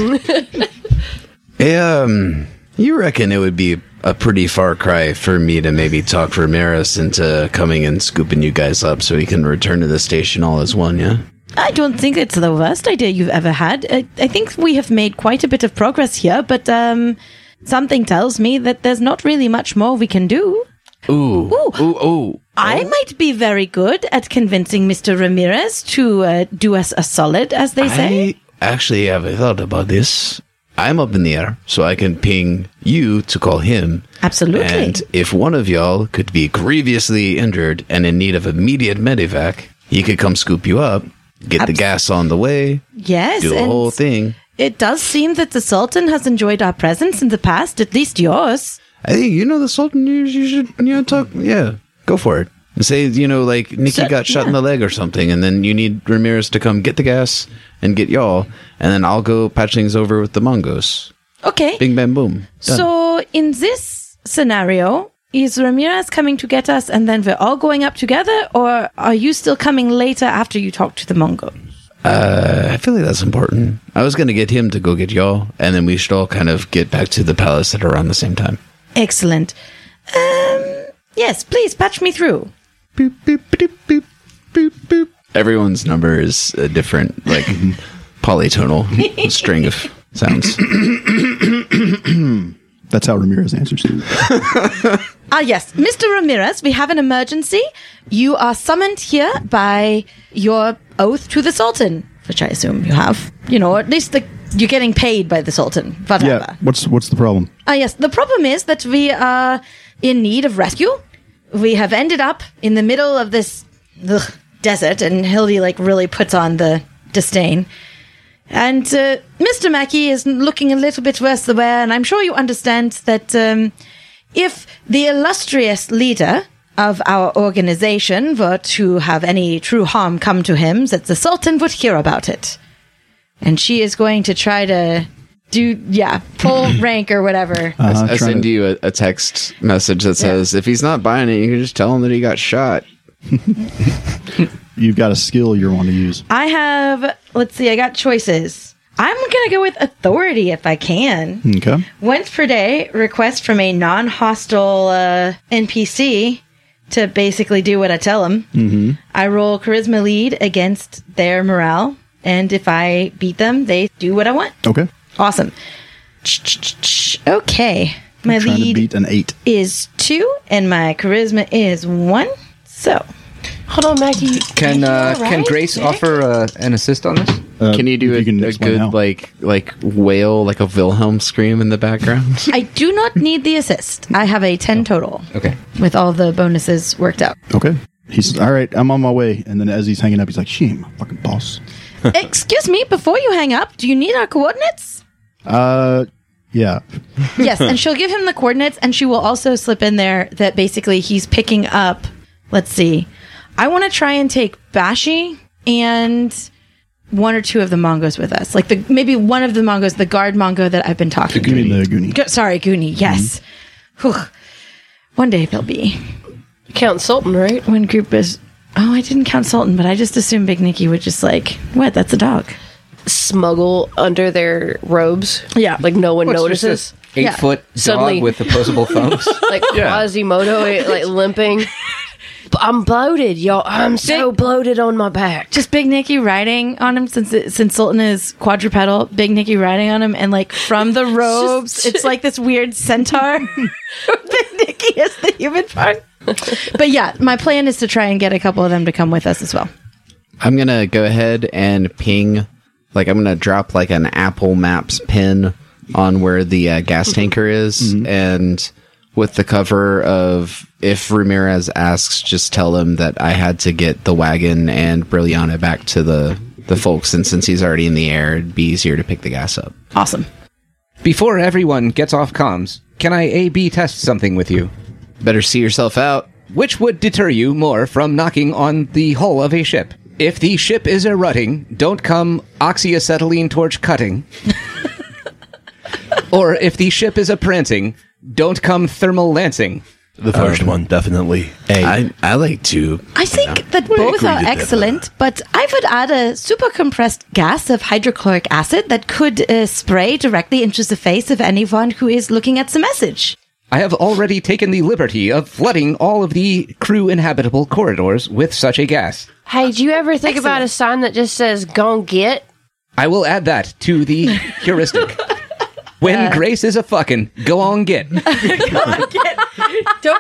[SPEAKER 6] Um, you reckon it would be a pretty far cry for me to maybe talk Ramirez into coming and scooping you guys up so he can return to the station all as one, yeah?
[SPEAKER 3] I don't think it's the worst idea you've ever had. I, I think we have made quite a bit of progress here, but um, something tells me that there's not really much more we can do.
[SPEAKER 6] Ooh.
[SPEAKER 3] Ooh.
[SPEAKER 6] Ooh, ooh. Oh.
[SPEAKER 3] I might be very good at convincing Mr. Ramirez to uh, do us a solid, as they say.
[SPEAKER 6] I actually haven't thought about this. I'm up in the air, so I can ping you to call him.
[SPEAKER 3] Absolutely.
[SPEAKER 6] And if one of y'all could be grievously injured and in need of immediate medevac, he could come scoop you up, get the gas on the way,
[SPEAKER 3] yes,
[SPEAKER 6] do the
[SPEAKER 3] and
[SPEAKER 6] whole thing.
[SPEAKER 3] it does seem that the Sultan has enjoyed our presence in the past, at least yours.
[SPEAKER 6] I think you know the Sultan. You, you should you know talk. Yeah, go for it. And say you know like Nikki
[SPEAKER 3] Set-
[SPEAKER 6] got shot in the leg or something, and then you need Ramirez to come get the gas and get y'all, and then I'll go patch things over with the Mongos.
[SPEAKER 3] Okay.
[SPEAKER 6] Bing bam boom. Done.
[SPEAKER 3] So in this scenario, is Ramirez coming to get us and then we're all going up together, or are you still coming later after you talk to the Mongo?
[SPEAKER 6] Uh, I feel like that's important. I was gonna get him to go get y'all, and then we should all kind of get back to the palace at around the same time.
[SPEAKER 3] Excellent. Um, yes, please patch me through.
[SPEAKER 6] Boop boop boop boop boop boop. Everyone's number is a different like polytonal string of sounds.
[SPEAKER 1] That's how Ramirez answers.
[SPEAKER 3] Ah, yes, Mr. Ramirez, we have an emergency. You are summoned here by your oath to the Sultan, which I assume you have. You know, or at least the, you're getting paid by the Sultan. Whatever.
[SPEAKER 1] Yeah. What's what's the problem?
[SPEAKER 3] Ah, yes. The problem is that we are in need of rescue. We have ended up in the middle of this ugh, desert, and Hildy like really puts on the disdain. And uh, Mr. Mackey is looking a little bit worse the wear, and I'm sure you understand that um, if the illustrious leader of our organization were to have any true harm come to him, that the Sultan would hear about it. And she is going to try to do, yeah,
[SPEAKER 1] (clears throat)
[SPEAKER 3] pull rank or whatever.
[SPEAKER 1] Uh,
[SPEAKER 6] I
[SPEAKER 1] trying
[SPEAKER 6] send
[SPEAKER 1] to-
[SPEAKER 6] you a, a text message that says, if he's not buying it, you can just tell him that he got shot.
[SPEAKER 1] You've got a skill you want to use.
[SPEAKER 3] I have, let's see, I got choices. I'm going to go with authority if I can.
[SPEAKER 1] Okay.
[SPEAKER 3] Once per day, request from a non hostile uh, NPC to basically do what I tell them. Mm-hmm. I roll charisma lead against their morale, and if I beat them, they do what I want.
[SPEAKER 1] Okay.
[SPEAKER 3] Awesome. Ch-ch-ch-ch. Okay. My
[SPEAKER 1] Trying to
[SPEAKER 3] lead
[SPEAKER 1] beat an eight.
[SPEAKER 3] is two, and my charisma is one. So,
[SPEAKER 8] Hold on, Maggie.
[SPEAKER 2] Can uh,
[SPEAKER 8] Alright,
[SPEAKER 2] can Grace
[SPEAKER 8] Nick.
[SPEAKER 2] offer uh, an assist on this?
[SPEAKER 1] Uh,
[SPEAKER 6] Can you do
[SPEAKER 1] if
[SPEAKER 6] a, a
[SPEAKER 1] explain
[SPEAKER 6] good,
[SPEAKER 1] how.
[SPEAKER 6] like, like wail, like a Wilhelm scream in the background?
[SPEAKER 3] I do not need the assist. I have a 10 total.
[SPEAKER 2] Okay.
[SPEAKER 3] with all the bonuses worked out.
[SPEAKER 1] Okay. He's all right. I'm on my way. And then as he's hanging up, he's like, "She ain't my fucking boss."
[SPEAKER 3] Excuse me, before you hang up, do you need our coordinates?
[SPEAKER 1] Uh, Yeah.
[SPEAKER 3] yes, and she'll give him the coordinates, and she will also slip in there that basically he's picking up. Let's see, I want to try and take Bashi and one or two of the Mongos with us, like the maybe one of the Mongos, the guard Mongo that I've been talking
[SPEAKER 1] You mean
[SPEAKER 3] to.
[SPEAKER 1] the Goonie. Mm-hmm.
[SPEAKER 3] Go- sorry, Goonie. Yes, Whew. one day they'll be
[SPEAKER 8] Count Sultan, right?
[SPEAKER 3] one group is. Oh, I didn't count Sultan, but I just assumed Big Nikki would just like what? That's a dog.
[SPEAKER 8] Smuggle under their robes.
[SPEAKER 3] Yeah.
[SPEAKER 8] Like no one
[SPEAKER 2] What's just
[SPEAKER 8] notices.
[SPEAKER 2] this eight
[SPEAKER 3] Yeah.
[SPEAKER 2] foot
[SPEAKER 8] Suddenly-
[SPEAKER 2] dog with opposable
[SPEAKER 8] (laughs)
[SPEAKER 2] thumbs.
[SPEAKER 8] Like Quasimodo, eh, (laughs) like limping. I'm bloated, y'all. I'm so bloated on my back.
[SPEAKER 3] just Big Nicky riding on him since it, since Sultan is quadrupedal. Big Nicky riding on him, and like from (laughs) the robes, it's like this weird (laughs) centaur. Big Nicky is the human part. but yeah, my plan is to try and get a couple of them to come with us as well.
[SPEAKER 6] I'm gonna go ahead and ping, like I'm gonna drop like an Apple Maps pin on where the uh, gas tanker is, and with the cover of if Ramirez asks, just tell him that I had to get the wagon and Brilliana back to the the folks, and since he's already in the air, it'd be easier to pick the gas up.
[SPEAKER 3] Awesome.
[SPEAKER 2] Before everyone gets off comms, can I A B test something with you?
[SPEAKER 6] Better see yourself out.
[SPEAKER 2] Which would deter you more from knocking on the hull of a ship? If the ship is a rutting, don't come oxyacetylene torch cutting. or if the ship is a prancing, don't come thermal lancing.
[SPEAKER 7] The first one, Uh, definitely.
[SPEAKER 6] Hey, I, I like to.
[SPEAKER 3] I think that both
[SPEAKER 7] agree
[SPEAKER 3] are
[SPEAKER 7] with that.
[SPEAKER 3] excellent, but I would add a super compressed gas of hydrochloric acid that could uh, spray directly into the face of anyone who is looking at the message.
[SPEAKER 2] I have already taken the liberty of flooding all of the crew inhabitable corridors with such a gas.
[SPEAKER 8] Hey, do you ever think about a sign that just says "Gon get"?
[SPEAKER 2] I will add that to the heuristic. When Grace is a fucking, go on get.
[SPEAKER 8] Don't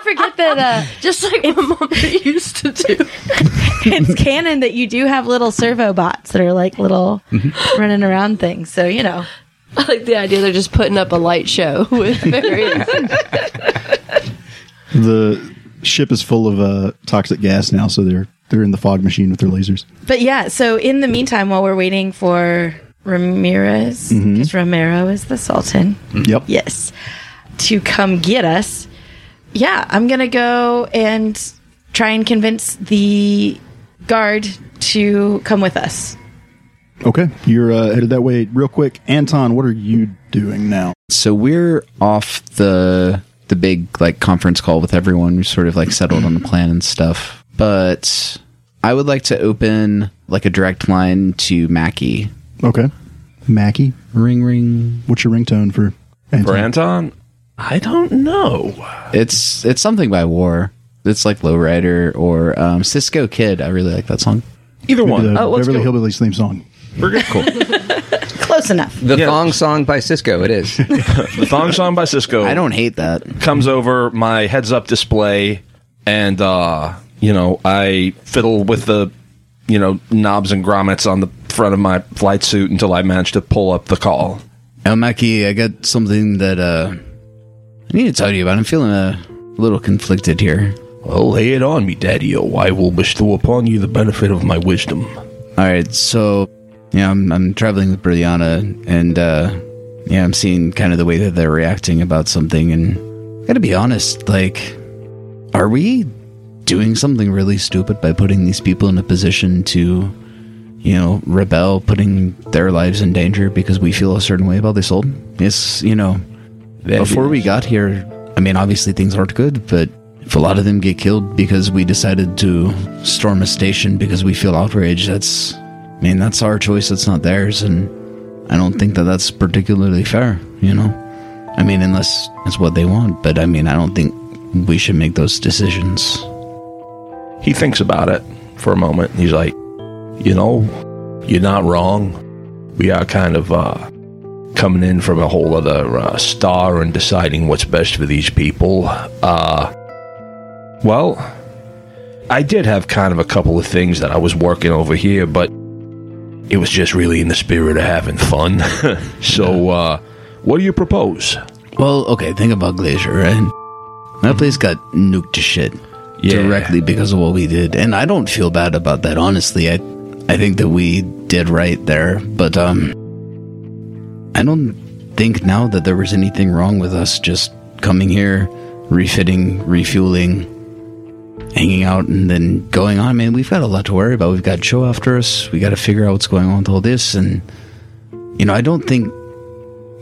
[SPEAKER 8] forget that. Uh, just like my (laughs) mom used to do.
[SPEAKER 3] it's canon that you do have little servo bots that are like little running around things. So you know,
[SPEAKER 8] I like the idea they're just putting up a light show (laughs) with various.
[SPEAKER 1] The ship is full of uh, toxic gas now, so they're they're in the fog machine with their lasers.
[SPEAKER 3] but yeah. So in the meantime, while we're waiting for Ramirez, because Romero is the Sultan,
[SPEAKER 1] Yep.
[SPEAKER 3] yes, to come get us. Yeah, I'm gonna go and try and convince the guard to come with us.
[SPEAKER 1] Okay. You're uh, headed that way real quick. Anton, what are you doing now?
[SPEAKER 6] So we're off the the big like conference call with everyone. We sort of like settled on the plan and stuff. But I would like to open like a direct line to Mackie.
[SPEAKER 1] Okay. Mackie,
[SPEAKER 6] Ring ring.
[SPEAKER 1] what's your ringtone for Anton?
[SPEAKER 4] For Anton, I don't know.
[SPEAKER 6] It's it's something by War. It's like Lowrider or um, Cisco Kid. I really like that song.
[SPEAKER 4] Either
[SPEAKER 1] Maybe
[SPEAKER 4] one.
[SPEAKER 1] the
[SPEAKER 4] Oh, let's
[SPEAKER 1] Beverly
[SPEAKER 4] go.
[SPEAKER 1] Hillbillies theme song.
[SPEAKER 4] We're good.
[SPEAKER 6] (laughs)
[SPEAKER 4] Cool.
[SPEAKER 3] Close enough.
[SPEAKER 2] The thong song by Cisco, it is.
[SPEAKER 4] the thong song by Cisco.
[SPEAKER 6] I don't hate that.
[SPEAKER 4] comes over my heads up display and uh you know i fiddle with the you know knobs and grommets on the front of my flight suit until i manage to pull up the call
[SPEAKER 6] Oh, Mackie, I got something that uh, I need to tell you about. I'm feeling a little conflicted here.
[SPEAKER 7] Well, lay it on me, Daddy O. I will bestow upon you the benefit of my wisdom.
[SPEAKER 6] All right, so yeah, I'm I'm traveling with Brilliana, and uh, yeah, I'm seeing kind of the way that they're reacting about something, and I gotta be honest, like, are we doing something really stupid by putting these people in a position to, you know, rebel, putting their lives in danger because we feel a certain way about this old? It's you know, before we got here, I mean, obviously things aren't good, but if a lot of them get killed because we decided to storm a station because we feel outraged, that's, I mean, that's our choice. That's not theirs, and I don't think that that's particularly fair. You know, I mean, unless it's what they want, but I mean, I don't think we should make those decisions.
[SPEAKER 7] He thinks about it for a moment. and He's like, you know, you're not wrong. We are kind of uh, coming in from a whole other uh, star and deciding what's best for these people. Uh, well, I did have kind of a couple of things that I was working over here, but it was just really in the spirit of having fun. (laughs) so, uh, what do you propose?
[SPEAKER 6] Well, okay, think about Glacier, right? That place got nuked to shit
[SPEAKER 7] Yeah.
[SPEAKER 6] directly because of what we did, and I don't feel bad about that. Honestly, I, I think that we did right there, but um, I don't think now that there was anything wrong with us just coming here, refitting, refueling, hanging out, and then going on. Man, we've got a lot to worry about. We've got show after us. We got to figure out what's going on with all this. And, you know, I don't think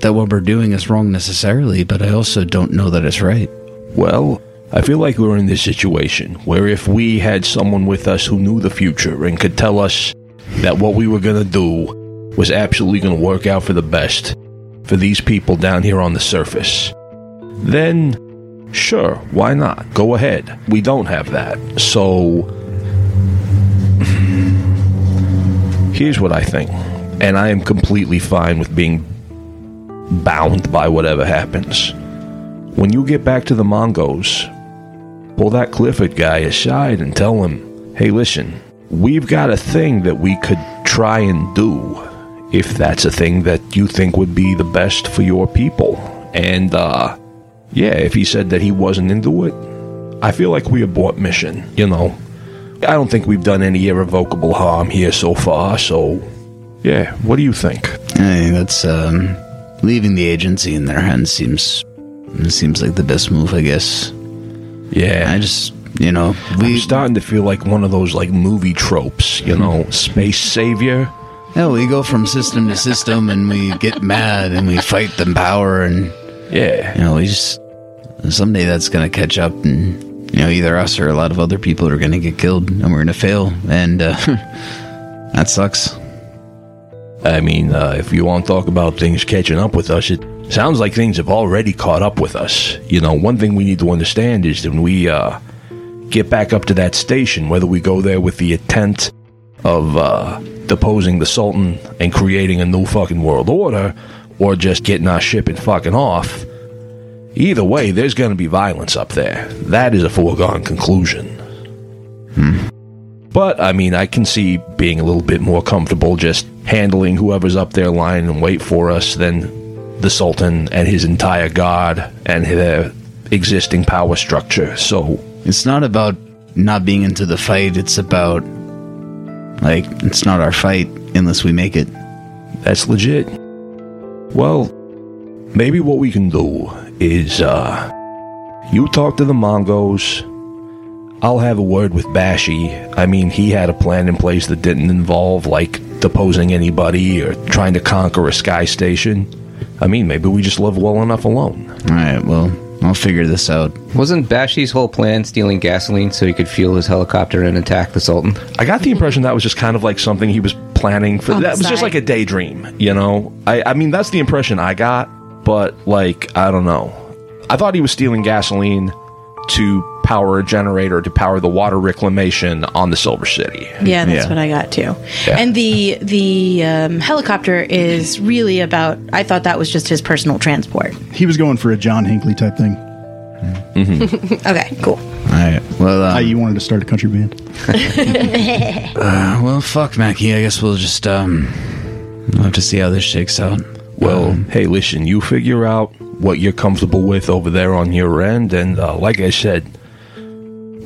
[SPEAKER 6] that what we're doing is wrong necessarily, but I also don't know that it's right.
[SPEAKER 7] Well, I feel like we're in this situation where if we had someone with us who knew the future and could tell us that what we were going to do was absolutely going to work out for the best for these people down here on the surface, then sure, why not? Go ahead. We don't have that. So (sighs) here's what I think, and I am completely fine with being bound by whatever happens. When you get back to the Mongos, pull that Clifford guy aside and tell him, hey, listen, we've got a thing that we could try and do if that's a thing that you think would be the best for your people. And, uh, yeah, if he said that he wasn't into it, I feel like we abort mission, you know. I don't think we've done any irrevocable harm here so far, so, yeah, what do you think?
[SPEAKER 6] Hey, that's um, leaving the agency in their hands seems it seems like the best move, I guess.
[SPEAKER 7] Yeah.
[SPEAKER 6] I just, you know,
[SPEAKER 7] I'm
[SPEAKER 6] we
[SPEAKER 7] starting to feel like one of those like movie tropes, you know, space savior.
[SPEAKER 6] yeah, we go from system to system, and we get mad, and we fight the power, and
[SPEAKER 7] Yeah,
[SPEAKER 6] you know, we just someday that's gonna catch up, and you know, either us or a lot of other people are gonna get killed, and we're gonna fail, and uh, (laughs) that sucks.
[SPEAKER 7] I mean, uh, if you want to talk about things catching up with us, it sounds like things have already caught up with us. You know, one thing we need to understand is that when we uh, get back up to that station, whether we go there with the intent of uh, deposing the Sultan and creating a new fucking world order, or just getting our ship and fucking off. Either way, there's going to be violence up there. That is a foregone conclusion. But I mean, I can see being a little bit more comfortable just handling whoever's up there lying and wait for us than the Sultan and his entire guard and their existing power structure. So,
[SPEAKER 6] It's not about not being into the fight. It's about like it's not our fight unless we make it.
[SPEAKER 7] That's legit. Well, maybe what we can do is uh you talk to the Mongos. I'll have a word with Bashi. I mean, he had a plan in place that didn't involve like deposing anybody or trying to conquer a sky station. I mean, maybe we just live well enough alone.
[SPEAKER 6] All right. Well, I'll figure this out.
[SPEAKER 2] Wasn't Bashi's whole plan stealing gasoline so he could fuel his helicopter and attack the Sultan?
[SPEAKER 7] I got the impression that was just kind of like something he was planning for.
[SPEAKER 3] On the
[SPEAKER 7] that was just
[SPEAKER 3] side.
[SPEAKER 7] like a daydream, you know? I, I mean, that's the impression I got, but like, I don't know. I thought he was stealing gasoline to power a generator to power the water reclamation on the Silver City.
[SPEAKER 3] Yeah, that's what I got too. And the the um, helicopter is really about. I thought that was just his personal transport.
[SPEAKER 1] He was going for a John Hinckley type thing.
[SPEAKER 3] Okay, cool.
[SPEAKER 6] All right. Well,
[SPEAKER 1] I, e,
[SPEAKER 6] uh,
[SPEAKER 1] you wanted to start a country band.
[SPEAKER 6] well, fuck, Mackie. I guess we'll just um, we'll have to see how this shakes out.
[SPEAKER 7] Well, hey, listen, you figure out what you're comfortable with over there on your end, and uh, like I said,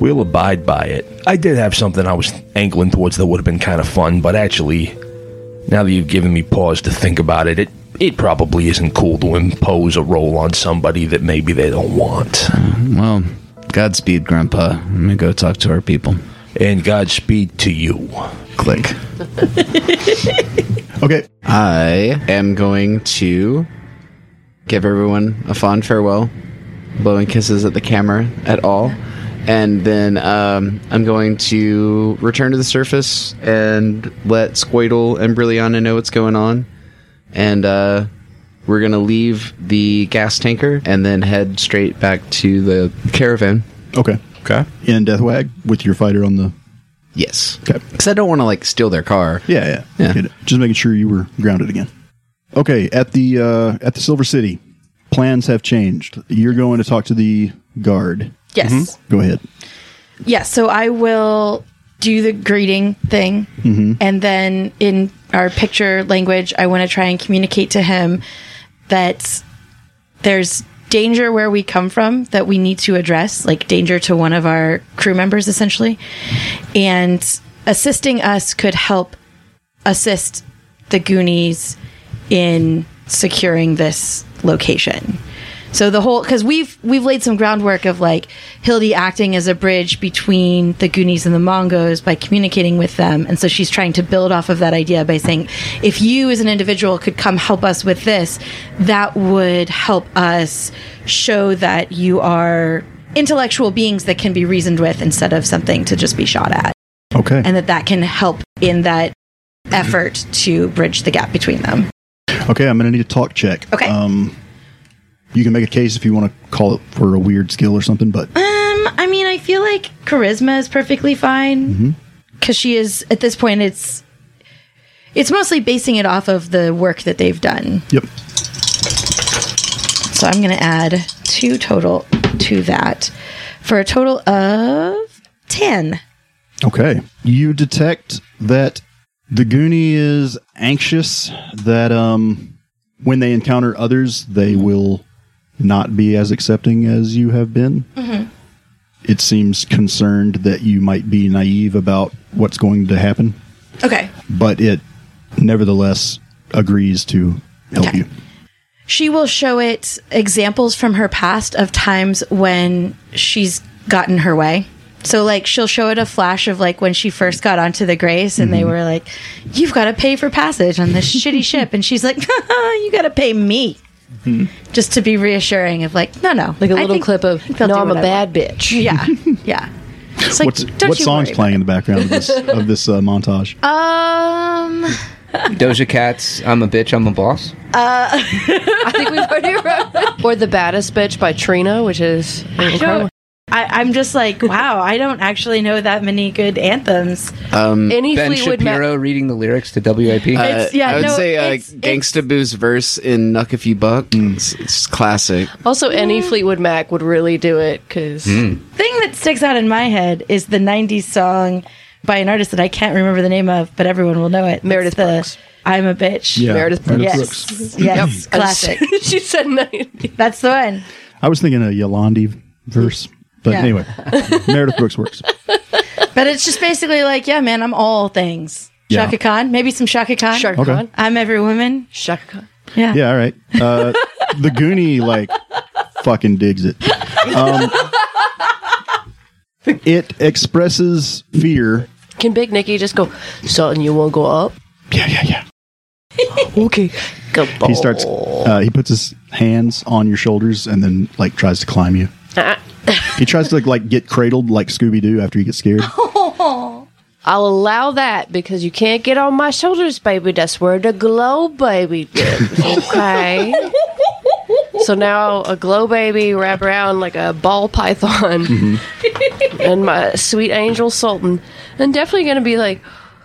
[SPEAKER 7] we'll abide by it. I did have something I was angling towards that would have been kind of fun, but actually, now that you've given me pause to think about it, it it probably isn't cool to impose a role on somebody that maybe they don't want.
[SPEAKER 6] Well, Godspeed, Grandpa. I'm gonna go talk to our people.
[SPEAKER 7] And Godspeed to you.
[SPEAKER 6] Click.
[SPEAKER 1] Okay.
[SPEAKER 6] I am going to give everyone a fond farewell, blowing kisses at the camera at all. And then um, I'm going to return to the surface and let Squirtle and Brilliana know what's going on. And uh, we're going to leave the gas tanker and then head straight back to the caravan.
[SPEAKER 1] Okay.
[SPEAKER 7] Okay.
[SPEAKER 1] In Deathwag with your fighter on the.
[SPEAKER 6] Yes.
[SPEAKER 1] Okay.
[SPEAKER 6] Because I don't want to, like, steal their car.
[SPEAKER 1] Yeah, yeah.
[SPEAKER 6] Yeah.
[SPEAKER 1] Get it. Just making sure you were grounded again. Okay, at the uh, at the Silver City, plans have changed. You're going to talk to the guard.
[SPEAKER 3] Yes.
[SPEAKER 1] Go ahead.
[SPEAKER 3] Yeah, so I will do the greeting thing. And then in our picture language, I want to try and communicate to him that there's danger where we come from that we need to address, like danger to one of our crew members, essentially. And assisting us could help assist the Goonies in securing this location. So the whole because we've we've laid some groundwork of like Hildy acting as a bridge between the Goonies and the Mongos by communicating with them, and so she's trying to build off of that idea by saying, if you as an individual could come help us with this, that would help us show that you are intellectual beings that can be reasoned with instead of something to just be shot at,
[SPEAKER 1] Okay.
[SPEAKER 3] and that that can help in that effort to bridge the gap between them.
[SPEAKER 1] okay, I'm going to need a talk check.
[SPEAKER 3] Okay.
[SPEAKER 1] Um, you can make a case if you want to call it for a weird skill or something, but
[SPEAKER 3] Um, I mean, I feel like charisma is perfectly fine because she is at this point. It's it's mostly basing it off of the work that they've done.
[SPEAKER 1] yep.
[SPEAKER 3] So I'm going to add two total to that for a total of ten.
[SPEAKER 1] Okay. You detect that the Goonie is anxious that um, when they encounter others, they will not be as accepting as you have been.
[SPEAKER 3] Mm-hmm.
[SPEAKER 1] It seems concerned that you might be naive about what's going to happen,
[SPEAKER 3] Okay.
[SPEAKER 1] but it nevertheless agrees to help
[SPEAKER 3] Okay.
[SPEAKER 1] you.
[SPEAKER 3] She will show it examples from her past of times when she's gotten her way. So, like, she'll show it a flash of like when she first got onto the Grace and
[SPEAKER 1] Mm-hmm.
[SPEAKER 3] they were like, You've got to pay for passage on this
[SPEAKER 1] (laughs)
[SPEAKER 3] shitty ship. And she's like, (laughs) You got to pay me.
[SPEAKER 1] Mm-hmm.
[SPEAKER 3] Just to be reassuring of like, No, no.
[SPEAKER 8] Like a
[SPEAKER 3] I
[SPEAKER 8] little
[SPEAKER 3] think-
[SPEAKER 8] clip
[SPEAKER 3] I
[SPEAKER 8] of,
[SPEAKER 3] think they'll
[SPEAKER 8] no,
[SPEAKER 3] do
[SPEAKER 8] I'm a
[SPEAKER 3] what I
[SPEAKER 8] bad bitch.
[SPEAKER 3] want." (laughs) Yeah. Yeah. It's like,
[SPEAKER 1] What's,
[SPEAKER 3] don't
[SPEAKER 1] what
[SPEAKER 3] you
[SPEAKER 1] song's
[SPEAKER 3] worry
[SPEAKER 1] playing in the background of this, of this uh,
[SPEAKER 3] (laughs)
[SPEAKER 1] montage?
[SPEAKER 5] Um,
[SPEAKER 2] Doja Cat's "I'm a Bitch, I'm a Boss."
[SPEAKER 8] (laughs) I think we've already (laughs) read that. Or The Baddest Bitch by Trina, which is
[SPEAKER 3] about it. I, I'm just (laughs) like, Wow, I don't actually know that many good anthems.
[SPEAKER 8] any
[SPEAKER 2] Ben
[SPEAKER 8] Fleetwood Mac.
[SPEAKER 2] Shapiro reading the lyrics to WIP.
[SPEAKER 3] It's- yeah,
[SPEAKER 6] I would
[SPEAKER 3] no,
[SPEAKER 6] say uh,
[SPEAKER 3] it's- it's-
[SPEAKER 6] Gangsta Boo's verse in Nuck If You Buck. It's, it's classic.
[SPEAKER 8] Also, any Fleetwood Mac would really do it because
[SPEAKER 3] thing that sticks out in my head is the 90s song by an artist that I can't remember the name of, but everyone will know it. It's
[SPEAKER 8] Meredith
[SPEAKER 3] the,
[SPEAKER 8] Brooks.
[SPEAKER 3] I'm a bitch.
[SPEAKER 8] Meredith
[SPEAKER 3] Yes. Yes. Classic.
[SPEAKER 8] (laughs) she said night.
[SPEAKER 3] That's the one.
[SPEAKER 1] I was thinking a Yolandi verse, but
[SPEAKER 3] Yeah. (laughs)
[SPEAKER 1] anyway, Meredith Brooks works.
[SPEAKER 3] But it's just basically like, yeah, man, I'm all things.
[SPEAKER 1] Yeah.
[SPEAKER 3] Shaka Khan, maybe some Shaka Khan.
[SPEAKER 8] Shaka
[SPEAKER 1] Okay.
[SPEAKER 8] Khan.
[SPEAKER 3] I'm every woman.
[SPEAKER 8] Shaka Khan.
[SPEAKER 3] Yeah.
[SPEAKER 1] Yeah, all right. Uh, the Goonie like fucking digs it. Um, it expresses fear.
[SPEAKER 8] Can Big Nicky just go, son, you won't go up?
[SPEAKER 1] Yeah, yeah, yeah.
[SPEAKER 8] Okay. Go
[SPEAKER 1] He starts. Uh, he puts his hands on your shoulders and then like tries to climb you. he tries to like, like get cradled like Scooby Doo after he gets scared.
[SPEAKER 8] I'll allow that because you can't get on my shoulders, baby. That's where the glow baby lives.
[SPEAKER 1] (laughs)
[SPEAKER 8] Okay. so now a glow baby wrapped around like a ball python
[SPEAKER 1] Mm-hmm.
[SPEAKER 8] and my sweet angel Sultan. I'm definitely going to be like,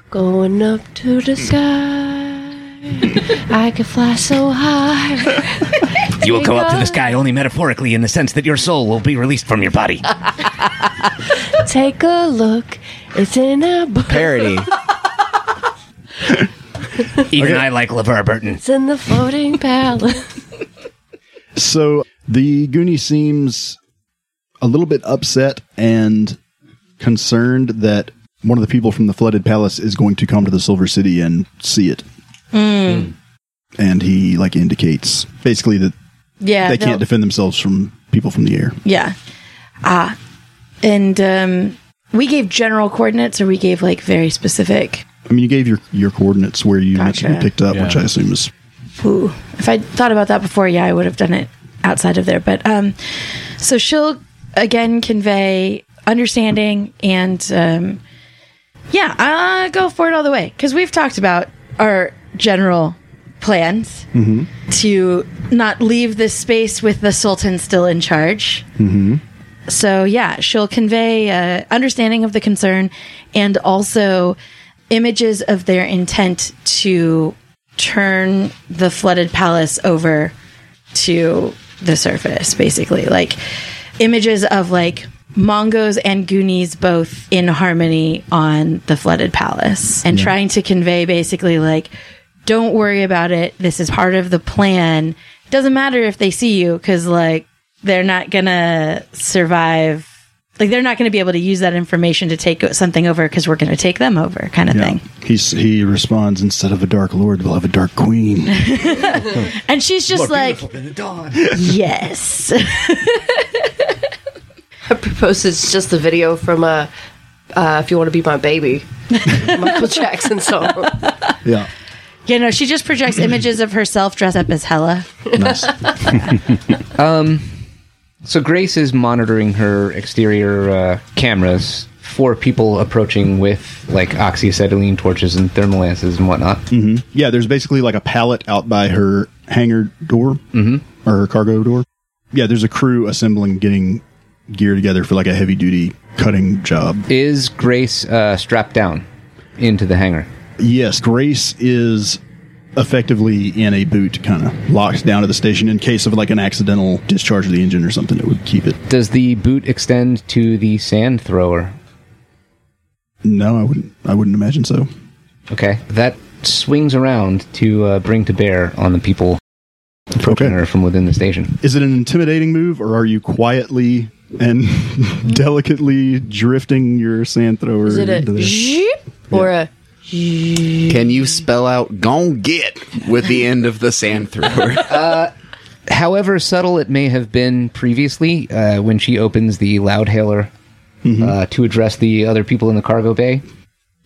[SPEAKER 8] going up to the sky. I can fly so
[SPEAKER 1] (laughs)
[SPEAKER 8] high.
[SPEAKER 2] You will go up to the sky only metaphorically in the sense that your soul will be released from your
[SPEAKER 3] (laughs)
[SPEAKER 2] body.
[SPEAKER 8] Take a look. It's in a book.
[SPEAKER 6] Parody.
[SPEAKER 2] (laughs) Even I like LeVar Burton.
[SPEAKER 8] It's in the floating palace.
[SPEAKER 1] So the Goonie seems a little bit upset and concerned that one of the people from the flooded palace is going to come to the Silver City and see it.
[SPEAKER 3] Hmm.
[SPEAKER 1] And he like indicates basically that
[SPEAKER 3] Yeah.
[SPEAKER 1] they
[SPEAKER 3] they'll-
[SPEAKER 1] can't defend themselves from people from the air.
[SPEAKER 3] Yeah. Ah. And um, we gave general coordinates or we gave like very specific.
[SPEAKER 1] I mean, you gave your your coordinates where you mentioned you
[SPEAKER 3] Gotcha.
[SPEAKER 1] picked up, which I assume is
[SPEAKER 3] Ooh, if I thought about that before, yeah, I would have done it outside of there. But um, so she'll again convey understanding and um, yeah, uh, go for it all the way because we've talked about our general plans to not leave this space with the Sultan still in charge. So yeah, she'll convey uh, understanding of the concern and also images of their intent to turn the flooded palace over to the surface, basically. Like images of like Mongos and Goonies both in harmony on the flooded palace and trying to convey basically like don't worry about it. This is part of the plan. Doesn't matter if they see you because, like, they're not gonna survive Like they're not going to be able to use that information to take something over because we're going to take them over, kind of
[SPEAKER 1] Yeah.
[SPEAKER 3] thing.
[SPEAKER 1] He's, he responds, instead of a dark lord, we'll have a dark queen.
[SPEAKER 3] (laughs) And she's just like, (laughs) yes.
[SPEAKER 8] I propose it's just the video from uh, uh, "If You Want to Be My Baby," Michael Jackson song.
[SPEAKER 1] yeah.
[SPEAKER 3] you know, she just projects images of herself dressed up as Hella.
[SPEAKER 1] Nice.
[SPEAKER 2] So Grace is monitoring her exterior uh, cameras for people approaching with like oxyacetylene torches and thermal lances and whatnot.
[SPEAKER 1] Yeah, there's basically like a pallet out by her hangar door or her cargo door. Yeah, there's a crew assembling, getting gear together for like a heavy duty cutting job.
[SPEAKER 2] Is Grace uh, strapped down into the hangar?
[SPEAKER 1] Yes, Grace is effectively in a boot, kind of locked down to the station in case of like an accidental discharge of the engine or something that would keep it.
[SPEAKER 2] Does the boot extend to the sand thrower?
[SPEAKER 1] No, I wouldn't. I wouldn't imagine so.
[SPEAKER 2] Okay, that swings around to uh, bring to bear on the people approaching
[SPEAKER 1] Okay.
[SPEAKER 2] her from within the station.
[SPEAKER 1] Is it an intimidating move, or are you quietly and (laughs) delicately drifting your sand thrower?
[SPEAKER 5] Is it
[SPEAKER 1] into
[SPEAKER 5] a
[SPEAKER 1] the-
[SPEAKER 5] zhip or a
[SPEAKER 6] Can you spell out "gon get" with the end of the sand thrower?
[SPEAKER 2] however subtle it may have been previously, uh, when she opens the loud hailer uh, to address the other people in the cargo bay,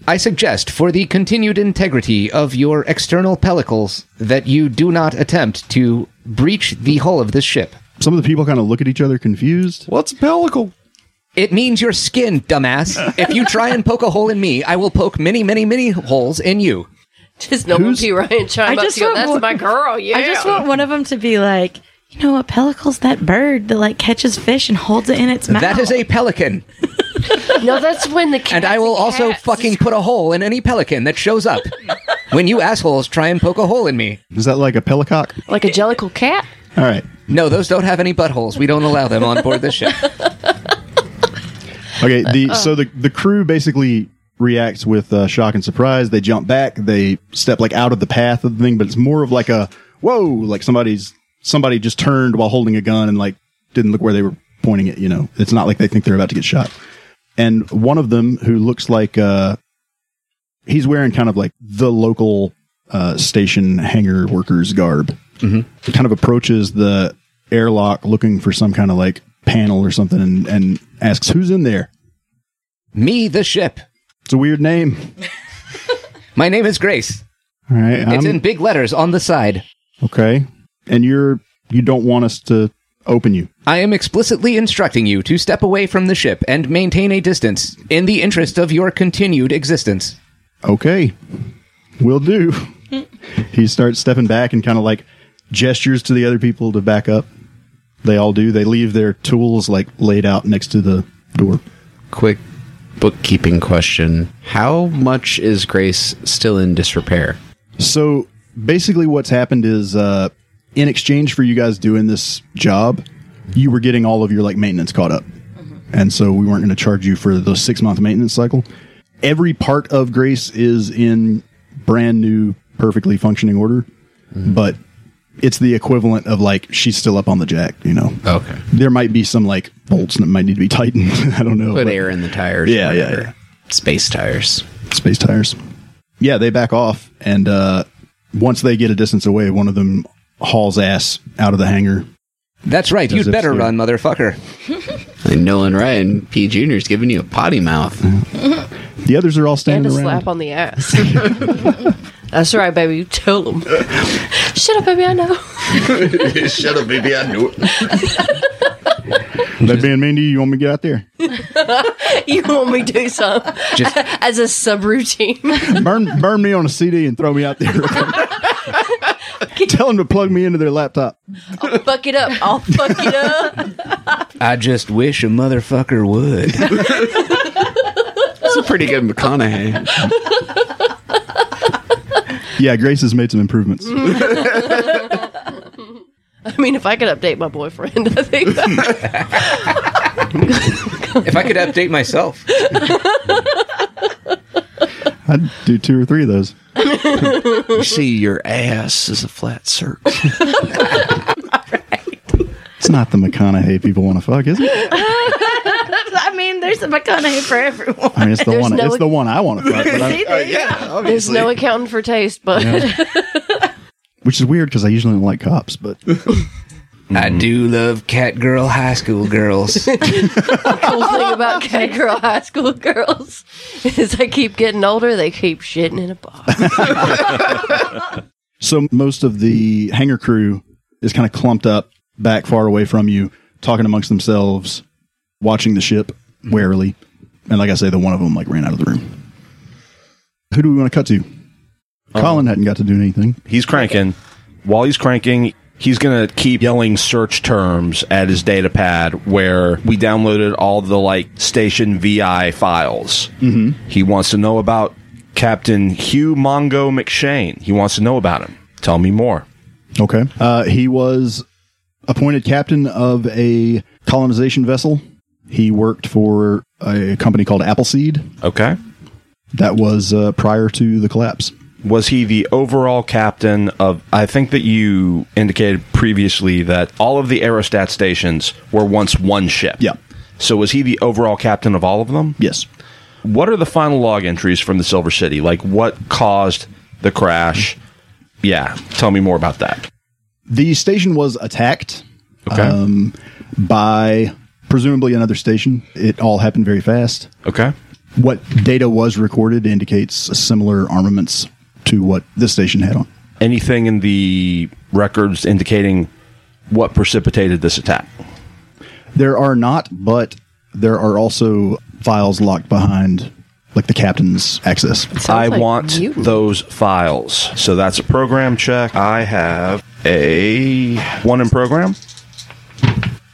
[SPEAKER 2] I suggest, for the continued integrity of your external pellicles, that you do not attempt to breach the hull of this ship.
[SPEAKER 1] Some of the people kind of look at each other confused.
[SPEAKER 7] What's a pellicle?
[SPEAKER 2] It means your skin, dumbass. if you try and poke a hole in me, I will poke many, many, many holes in you.
[SPEAKER 8] Just no one
[SPEAKER 1] Who's-
[SPEAKER 8] P. Ryan chime
[SPEAKER 3] I
[SPEAKER 8] up
[SPEAKER 3] just
[SPEAKER 8] to go,
[SPEAKER 3] want
[SPEAKER 8] That's
[SPEAKER 3] one-
[SPEAKER 8] my girl. Yeah.
[SPEAKER 3] I just want one of them to be like, you know what, Pellicle's that bird that like catches fish and holds it in its mouth.
[SPEAKER 2] That is a pelican,
[SPEAKER 8] no, that's when the
[SPEAKER 2] and I will also fucking put a hole in any pelican that shows up. when you assholes try and poke a hole in me.
[SPEAKER 1] Is that like a pellicock?
[SPEAKER 8] like a jellicle cat.
[SPEAKER 1] All right.
[SPEAKER 2] No, those don't have any buttholes. We don't allow them on board this (laughs) ship.
[SPEAKER 1] Okay. The so the the crew basically reacts with uh, shock and surprise. They jump back. They step like out of the path of the thing, but it's more of like a whoa, like somebody's somebody just turned while holding a gun and like didn't look where they were pointing it. You know, it's not like they think they're about to get shot. And one of them who looks like uh, he's wearing kind of like the local uh, station hangar workers garb. He kind of approaches the airlock looking for some kind of like panel or something and, and asks who's in there
[SPEAKER 2] Me, the ship.
[SPEAKER 1] it's a weird name.
[SPEAKER 2] My name is Grace.
[SPEAKER 1] All right,
[SPEAKER 2] It's
[SPEAKER 1] I'm-
[SPEAKER 2] in big letters on the side.
[SPEAKER 1] okay. And you're you don't want us to open you.
[SPEAKER 2] I am explicitly instructing you to step away from the ship and maintain a distance in the interest of your continued existence.
[SPEAKER 1] Okay, will do.
[SPEAKER 2] (laughs)
[SPEAKER 1] he starts stepping back and kind of like gestures to the other people to back up. They all do. They leave their tools like laid out next to the door.
[SPEAKER 6] (laughs) Quick bookkeeping question: How much is Grace still in disrepair?
[SPEAKER 1] So basically, what's happened is uh, in exchange for you guys doing this job, you were getting all of your like maintenance caught up, and so we weren't going to charge you for the six month maintenance cycle. Every part of Grace is in brand new, perfectly functioning order, but it's the equivalent of like she's still up on the jack. You know,
[SPEAKER 6] Okay.
[SPEAKER 1] there might be some like bolts that might need to be tightened. (laughs) I don't know.
[SPEAKER 6] Put
[SPEAKER 1] but-
[SPEAKER 6] air in the tires.
[SPEAKER 1] Yeah, yeah,
[SPEAKER 6] whatever.
[SPEAKER 1] yeah.
[SPEAKER 6] Space tires.
[SPEAKER 1] space tires. Yeah, they back off, and uh, once they get a distance away, one of them hauls ass out of the hangar.
[SPEAKER 2] That's right.
[SPEAKER 1] As
[SPEAKER 2] You'd
[SPEAKER 1] if
[SPEAKER 2] better
[SPEAKER 1] so.
[SPEAKER 2] run, motherfucker.
[SPEAKER 6] And Nolan Ryan P. Jr. is giving you a potty mouth.
[SPEAKER 1] The others are all
[SPEAKER 8] And a
[SPEAKER 1] standing around.
[SPEAKER 8] slap on the ass. That's right, baby. You tell them. Shut up, baby. I know. (laughs)
[SPEAKER 6] Shut up, baby. I knew it.
[SPEAKER 1] That being mean to you, you want me to get out there?
[SPEAKER 8] You want me to do something
[SPEAKER 2] Just
[SPEAKER 8] as a subroutine?
[SPEAKER 1] (laughs) burn, burn me on a CD and throw me
[SPEAKER 8] (laughs)
[SPEAKER 1] out there. Tell them to plug me into their laptop.
[SPEAKER 8] fuck it up. I'll fuck it up.
[SPEAKER 2] (laughs) I just wish a motherfucker would.
[SPEAKER 6] That's a pretty good McConaughey.
[SPEAKER 1] Yeah, Grace has made some improvements.
[SPEAKER 8] Mm-hmm. I mean, if I could update my boyfriend, I think that,
[SPEAKER 2] if I could update myself.
[SPEAKER 1] I'd do two or three of those.
[SPEAKER 7] See, your ass is a flat circle.
[SPEAKER 1] It's not the McConaughey people want to fuck, is it?
[SPEAKER 3] (laughs) I mean, Melissa McConaughey for everyone.
[SPEAKER 1] I mean, it's the
[SPEAKER 8] There's
[SPEAKER 1] one.
[SPEAKER 8] no-
[SPEAKER 1] it's the one I want to fuck, but
[SPEAKER 8] (laughs)
[SPEAKER 1] I-
[SPEAKER 3] See, there you go.
[SPEAKER 8] There's no accountant for taste, but
[SPEAKER 1] which is weird because I usually don't like cops. But
[SPEAKER 2] I do love cat girl high school (laughs) girls.
[SPEAKER 8] cool thing about (laughs) cat girl high school girls (laughs) is I keep getting older, they keep shitting in a box.
[SPEAKER 1] so most of the hangar crew is kind of clumped up back far away from you, talking amongst themselves, watching the ship warily. And like I say, the one of them like ran out of the room. Who do we want to cut to? Colin hadn't got to do anything.
[SPEAKER 7] He's cranking. While he's cranking, he's going to keep yelling search terms at his data pad where we downloaded all the like station VI files. Mm-hmm. He wants to know about Captain Hugh Mongo McShane. He wants to know about him. Tell me more.
[SPEAKER 1] Okay. Uh, he was appointed captain of a colonization vessel. He worked for a company called Appleseed
[SPEAKER 7] Okay.
[SPEAKER 1] that was uh, prior to the collapse.
[SPEAKER 7] Was he the overall captain of? I think that you indicated previously that all of the aerostat stations were once one ship.
[SPEAKER 1] Yeah.
[SPEAKER 7] So was he the overall captain of all of them?
[SPEAKER 1] Yes.
[SPEAKER 7] What are the final log entries from the Silver City? Like what caused the crash? Yeah, tell me more about that.
[SPEAKER 1] The station was attacked
[SPEAKER 7] Okay.
[SPEAKER 1] um, by presumably another station. It all happened very fast.
[SPEAKER 7] okay.
[SPEAKER 1] What data was recorded indicates similar armaments to what this station had on.
[SPEAKER 7] Anything in the records indicating what precipitated this attack?
[SPEAKER 1] There are not, but there are also files locked behind, like the captain's access.
[SPEAKER 7] I
[SPEAKER 8] Sounds like
[SPEAKER 7] want
[SPEAKER 8] mutiny.
[SPEAKER 7] those files. So that's a program check. I have a one in program.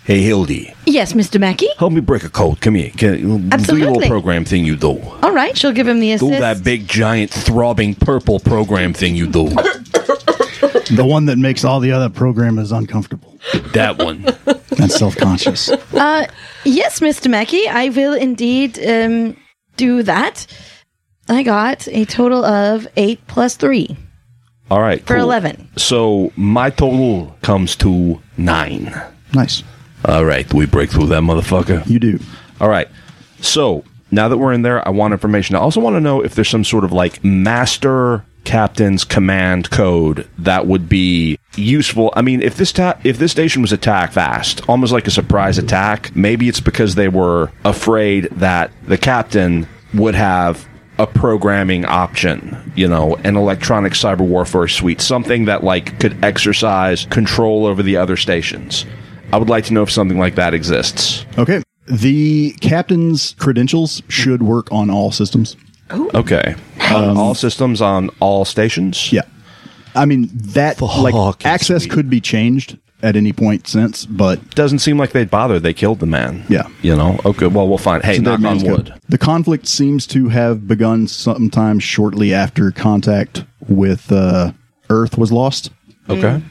[SPEAKER 4] Hey, Hildy,
[SPEAKER 3] Yes, Mr. Mackey.
[SPEAKER 4] help me break a code. Come here.
[SPEAKER 8] Uh,
[SPEAKER 4] Can, Do your
[SPEAKER 3] Absolutely.
[SPEAKER 4] little program thing you do.
[SPEAKER 3] All right, she'll give him the
[SPEAKER 4] Do
[SPEAKER 3] assist.
[SPEAKER 4] that big, giant, throbbing purple program thing you do.
[SPEAKER 1] The one that makes all the other programmers uncomfortable
[SPEAKER 4] that one.
[SPEAKER 1] (laughs) and self conscious.
[SPEAKER 3] Yes, Mr. Mackey, I will indeed um, do that. I got a total of eight plus three
[SPEAKER 7] All right.
[SPEAKER 3] for
[SPEAKER 7] cool.
[SPEAKER 3] 11.
[SPEAKER 7] So my total comes to nine.
[SPEAKER 1] nice.
[SPEAKER 4] All right, we break through that motherfucker.
[SPEAKER 1] You do.
[SPEAKER 7] All right. So now that we're in there, I want information. I also want to know if there's some sort of like master captain's command code that would be useful. I mean, if this ta- if this station was attacked fast, almost like a surprise attack, maybe it's because they were afraid that the captain would have a programming option, you know, an electronic cyber warfare suite, something that like could exercise control over the other stations. I would like to know if something like that exists.
[SPEAKER 1] Okay. The captain's credentials should work on all systems.
[SPEAKER 7] Okay. on all systems on all stations?
[SPEAKER 1] Um, Yeah. I mean, that like
[SPEAKER 4] Fucking
[SPEAKER 1] access
[SPEAKER 4] sweet.
[SPEAKER 1] could be changed at any point since, but
[SPEAKER 7] Doesn't seem like they'd bother. They killed the man.
[SPEAKER 1] Yeah.
[SPEAKER 7] You know? Okay. Well, we'll find. Hey,
[SPEAKER 1] So that
[SPEAKER 7] knock on
[SPEAKER 1] means
[SPEAKER 7] wood.
[SPEAKER 1] good. The conflict seems to have begun sometime shortly after contact with uh, Earth was lost.
[SPEAKER 7] Okay.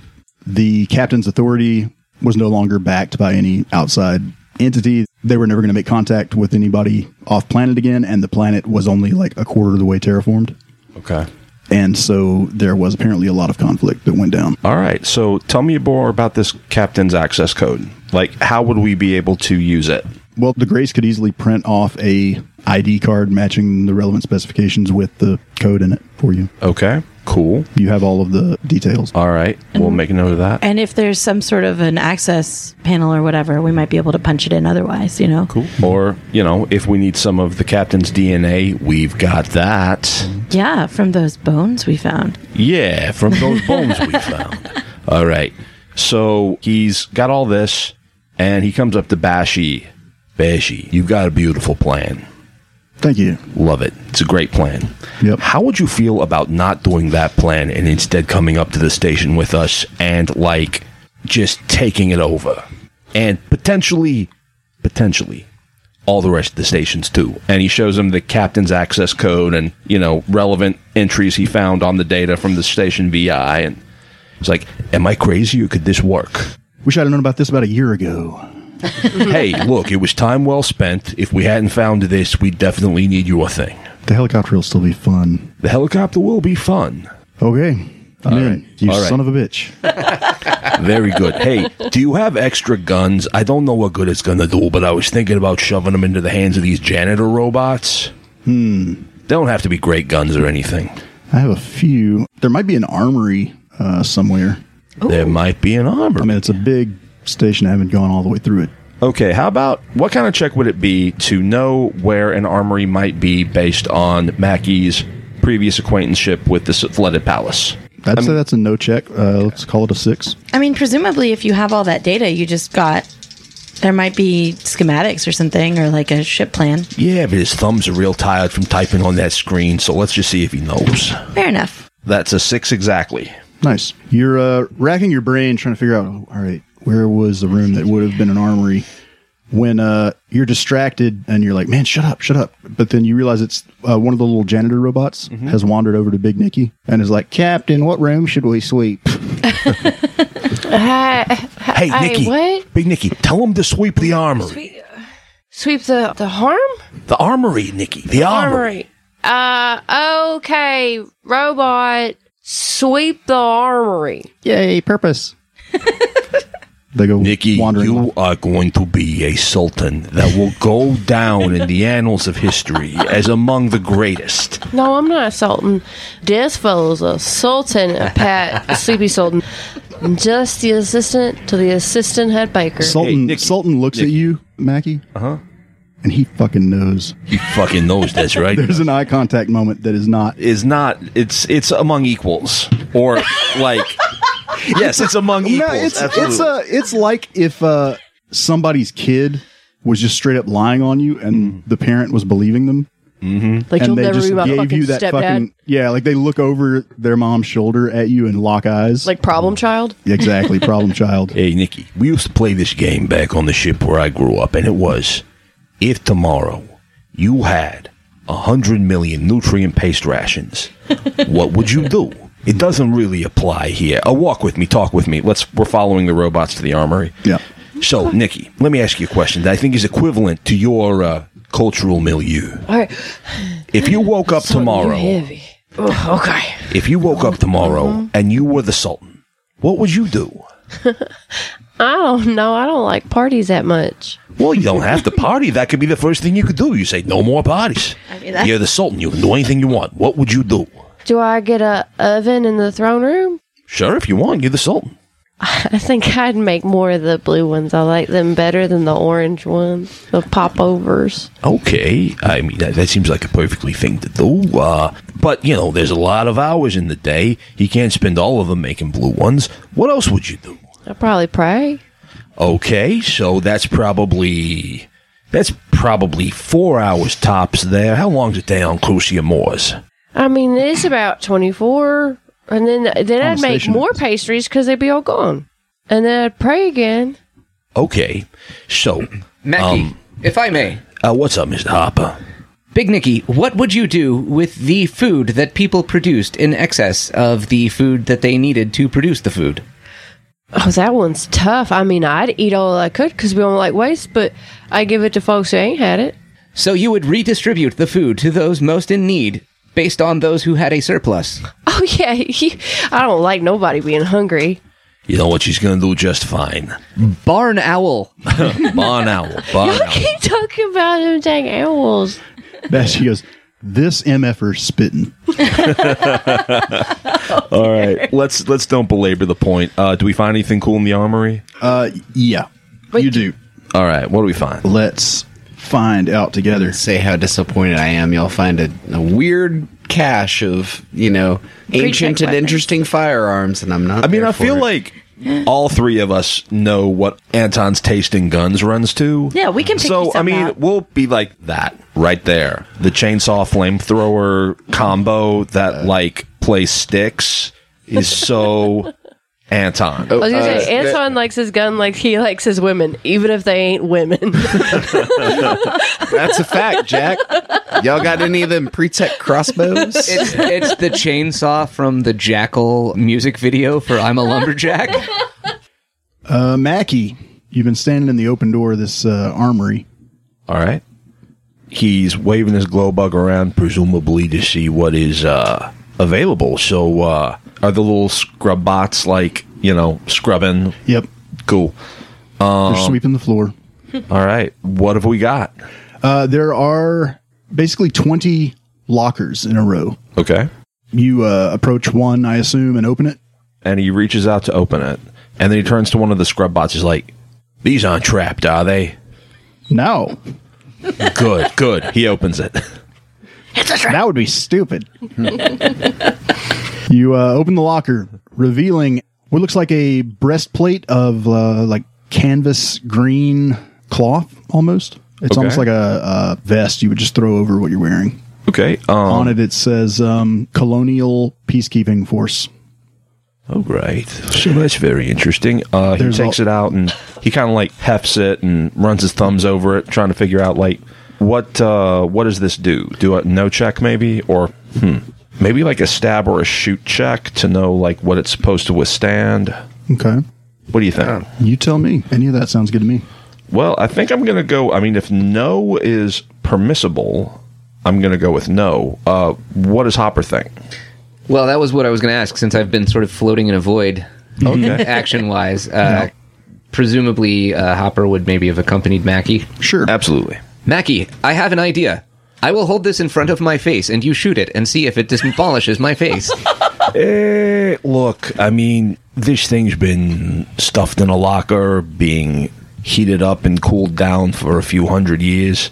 [SPEAKER 1] The captain's authority was no longer backed by any outside entity. They were never going to make contact with anybody off planet again, and the planet was only like a quarter of the way terraformed.
[SPEAKER 7] Okay.
[SPEAKER 1] And so there was apparently a lot of conflict that went down.
[SPEAKER 7] All right. So tell me more about this captain's access code. Like, how would we be able to use it?
[SPEAKER 1] Well, the Grace could easily print off a ID card matching the relevant specifications with the code in it for you.
[SPEAKER 7] Okay. Cool.
[SPEAKER 1] You have all of the details.
[SPEAKER 7] All right. We'll make a note of that.
[SPEAKER 3] And if there's some sort of an access panel or whatever, we might be able to punch it in otherwise, you know?
[SPEAKER 7] Cool. Or, you know, if we need some of the captain's DNA, we've got that.
[SPEAKER 3] Yeah, from those bones we found.
[SPEAKER 4] Yeah, from those bones we found.
[SPEAKER 7] All right. So he's got all this, and he comes up to Bashi.
[SPEAKER 4] Bashy, you've got a beautiful plan.
[SPEAKER 1] Thank you.
[SPEAKER 4] Love it. It's a great plan.
[SPEAKER 1] Yep.
[SPEAKER 4] How would you feel about not doing that plan and instead coming up to the station with us and like just taking it over? And potentially potentially all the rest of the stations too.
[SPEAKER 7] and he shows him the captain's access code and you know relevant entries he found on the data from the station VI. And he's like,
[SPEAKER 4] Am I crazy or could this work?
[SPEAKER 1] Wish I'd have known about this about a year ago.
[SPEAKER 4] hey, look, it was time well spent. If we hadn't found this, we definitely need your thing.
[SPEAKER 1] The helicopter will still be fun.
[SPEAKER 4] The helicopter will be fun.
[SPEAKER 1] Okay. I'm in. You
[SPEAKER 4] All right.
[SPEAKER 1] son of a bitch.
[SPEAKER 7] Very good. Hey, do you have extra guns? I don't know what good it's gonna do, but I was thinking about shoving them into the hands of these janitor robots. Hmm. They don't have to be great guns or anything.
[SPEAKER 1] I have a few. There might be an armory uh, somewhere.
[SPEAKER 7] There might be an armor.
[SPEAKER 1] I mean, it's a big station. I haven't gone all the way through it.
[SPEAKER 4] Okay, how about what kind of check would it be to know where an armory might be based on Mackey's previous acquaintanceship with this flooded palace?
[SPEAKER 1] I'd say that's a no check. Uh, let's call it a six.
[SPEAKER 3] I mean, presumably, if you have all that data, you just got. There might be schematics or something, or like a ship plan.
[SPEAKER 7] Yeah, but his thumbs are real tired from typing on that screen, so let's just see if he knows.
[SPEAKER 3] Fair enough.
[SPEAKER 4] That's a six exactly.
[SPEAKER 1] Nice. You're uh, racking your brain trying to figure out. oh, All right, where was the room that would have been an armory? When uh, you're distracted and you're like, "Man, shut up, shut up!" But then you realize it's uh, one of the little janitor robots has wandered over to Big Nicky and is like, "Captain, what room should we sweep?"
[SPEAKER 7] Hey,
[SPEAKER 5] I-
[SPEAKER 7] Nikki.
[SPEAKER 5] what?
[SPEAKER 7] Big Nikki, tell him to sweep the armory.
[SPEAKER 5] Sweep the the harm.
[SPEAKER 7] The armory, Nikki. The armory.
[SPEAKER 5] Uh, okay, robot, sweep the armory.
[SPEAKER 1] Yay, purpose. they go
[SPEAKER 7] Nikki,
[SPEAKER 1] wandering.
[SPEAKER 7] you are going to be a sultan that will go down in the (laughs) annals of history as among the greatest.
[SPEAKER 8] No, I'm not a sultan. This fellow's a sultan, a (laughs) pat, a sleepy sultan. I'm just the assistant to the assistant head baker.
[SPEAKER 4] Hey,
[SPEAKER 1] Sultan
[SPEAKER 4] Nikki.
[SPEAKER 1] Sultan looks at you, Mackie. Uh huh. And he fucking knows.
[SPEAKER 7] He fucking
[SPEAKER 1] (laughs)
[SPEAKER 7] knows this, right?
[SPEAKER 1] There's an eye contact moment that is not.
[SPEAKER 4] Is not it's it's among equals or
[SPEAKER 1] (laughs)
[SPEAKER 4] like yes, it's among equals.
[SPEAKER 1] No, it's
[SPEAKER 4] absolutely.
[SPEAKER 1] it's uh, it's like if uh, somebody's kid was just straight up lying on you, and the parent was believing them,
[SPEAKER 8] like
[SPEAKER 1] and
[SPEAKER 8] you'll
[SPEAKER 1] they
[SPEAKER 8] never
[SPEAKER 1] just
[SPEAKER 8] be my
[SPEAKER 1] gave
[SPEAKER 8] fucking
[SPEAKER 1] you that
[SPEAKER 8] stepdad.
[SPEAKER 1] fucking yeah. Like they look over their mom's shoulder at you and lock eyes.
[SPEAKER 8] like problem child.
[SPEAKER 1] exactly, problem child.
[SPEAKER 7] Hey, Nikki, we used to play this game back on the ship where I grew up, and it was if tomorrow you had a hundred million nutrient paste
[SPEAKER 8] (laughs)
[SPEAKER 7] rations, what would you do?
[SPEAKER 4] it doesn't really apply here. Uh, walk with me, talk with me. Let's we're following the robots to the armory.
[SPEAKER 1] Yeah.
[SPEAKER 7] So, Nikki, let me ask you a question that I think is equivalent to your uh, cultural milieu.
[SPEAKER 8] All right,
[SPEAKER 7] If you woke up tomorrow,
[SPEAKER 8] heavy. Oh, okay.
[SPEAKER 7] if you woke up tomorrow and you were the Sultan, what would you do?
[SPEAKER 8] I don't know. I don't like parties that much.
[SPEAKER 7] Well, you don't have to party. That could be the first thing you could do. You say, no more parties.
[SPEAKER 3] mean, that-
[SPEAKER 7] You're the Sultan. You can do anything you want. What would you do?
[SPEAKER 8] Do I get a oven in the throne room?
[SPEAKER 7] Sure, if you want, you're the Sultan.
[SPEAKER 8] I think I'd make more of the blue ones. I like them better than the orange ones, the popovers.
[SPEAKER 7] Okay, I mean that, that seems like a perfectly thing to do. Uh, but you know, there's a lot of hours in the day. You can't spend all of them making blue ones. What else would you do?
[SPEAKER 8] I probably pray.
[SPEAKER 7] Okay, so that's probably that's probably four hours tops there. How long's a day on Crucia Moors?
[SPEAKER 8] I mean, it's about 24. And then then I'd make
[SPEAKER 1] station.
[SPEAKER 8] more pastries because they'd be all gone. And then I'd pray again.
[SPEAKER 7] Okay, so
[SPEAKER 2] Mackie,
[SPEAKER 7] Um,
[SPEAKER 2] if I may,
[SPEAKER 7] uh, what's up, Mister Hopper?
[SPEAKER 2] Big Nicky, what would you do with the food that people produced in excess of the food that they needed to produce the food?
[SPEAKER 8] Oh, that one's tough. I mean, I'd eat all I could because we don't like waste, but I give it to folks who ain't had it. (laughs)
[SPEAKER 2] So you would redistribute the food to those most in need based on those who had a surplus.
[SPEAKER 8] Oh, yeah. (laughs) you- I don't like nobody being hungry.
[SPEAKER 7] You know what she's gonna do
[SPEAKER 3] (laughs)
[SPEAKER 7] just fine.
[SPEAKER 2] Barn owl.
[SPEAKER 7] Barn owl, barn
[SPEAKER 8] (laughs)
[SPEAKER 7] owl.
[SPEAKER 8] Keep talking about them dang owls.
[SPEAKER 1] That she goes. This mf'er spitting.
[SPEAKER 4] All right. Let's let's don't belabor the point. Uh, do we find anything cool in the armory?
[SPEAKER 1] Uh, yeah, you do.
[SPEAKER 4] All right. What do we find?
[SPEAKER 1] Let's find out together.
[SPEAKER 6] Say how disappointed I am. Y'all find a, a weird cache of, you know, ancient and
[SPEAKER 3] weapons.
[SPEAKER 6] interesting firearms, and I'm not.
[SPEAKER 4] I mean,
[SPEAKER 6] there
[SPEAKER 4] I
[SPEAKER 6] for
[SPEAKER 4] feel
[SPEAKER 6] it.
[SPEAKER 4] like all three of us know what Anton's taste in guns runs to.
[SPEAKER 3] Yeah, we can pick
[SPEAKER 4] so
[SPEAKER 3] you
[SPEAKER 4] I
[SPEAKER 3] some
[SPEAKER 4] mean,
[SPEAKER 3] out.
[SPEAKER 4] we'll be like that right there. The chainsaw flamethrower combo that like plays sticks
[SPEAKER 3] (laughs)
[SPEAKER 4] is so Anton.
[SPEAKER 8] I was going to
[SPEAKER 6] Uh,
[SPEAKER 8] say, Anton likes his gun like he likes his women, even if they ain't women. (laughs)
[SPEAKER 6] That's a fact, Jack. Y'all got any of them pre tech (laughs) crossbows?
[SPEAKER 2] It's, it's the chainsaw from the Jackal music video for I'm a Lumberjack.
[SPEAKER 1] Uh, Mackie, you've been standing in the open door of this uh, armory.
[SPEAKER 4] All right.
[SPEAKER 7] He's waving his glow bug around, presumably to see what is uh, available. So, uh,
[SPEAKER 4] Are the little scrub bots like you know, scrubbing.
[SPEAKER 1] Yep.
[SPEAKER 4] Cool.
[SPEAKER 1] They're sweeping the floor.
[SPEAKER 4] All right. What have we got?
[SPEAKER 1] Uh, there are basically 20 lockers in a row.
[SPEAKER 4] Okay.
[SPEAKER 1] You uh, approach one, I assume, and open it.
[SPEAKER 4] And he reaches out to open it. And then he turns to one of the scrub bots. He's like, These aren't trapped, are they? (laughs)
[SPEAKER 1] No,
[SPEAKER 4] Good, good. He opens it. (laughs)
[SPEAKER 1] that would be stupid. (laughs) you uh, open the locker, revealing what looks like a breastplate of uh, like canvas green cloth almost. It's
[SPEAKER 4] Okay.
[SPEAKER 1] almost like a, a vest you would just throw over what you're wearing.
[SPEAKER 4] Okay. Um,
[SPEAKER 1] On it, it says um, Colonial Peacekeeping Force.
[SPEAKER 4] All Oh, right. So that's very interesting. Uh, he
[SPEAKER 1] There's
[SPEAKER 4] takes
[SPEAKER 1] al-
[SPEAKER 4] it out and he kind of like hefts it and runs his thumbs over it, trying to figure out like what uh, what does this do? Do a no check maybe, or hmm, maybe like a stab or a shoot check to know like what it's supposed to withstand.
[SPEAKER 1] Okay.
[SPEAKER 4] What do you think?
[SPEAKER 1] You tell me. Any of that sounds good to me.
[SPEAKER 4] Well, I think I'm gonna go. I mean, if no is permissible, I'm gonna go with no. Uh, what does Hopper think?
[SPEAKER 2] (laughs) Well, that was what I was going to ask since I've been sort of floating in a (laughs) void
[SPEAKER 4] Okay.
[SPEAKER 2] action wise. Uh, Presumably, uh, Hopper would maybe have accompanied Mackie.
[SPEAKER 1] Sure.
[SPEAKER 4] (laughs) Absolutely.
[SPEAKER 2] Mackie, I have an idea. I will hold this in front of my face and you shoot it and see if it demolishes my (laughs) face.
[SPEAKER 7] Eh, look, I mean, this thing's been stuffed in a locker, being heated up and cooled down for a few hundred years.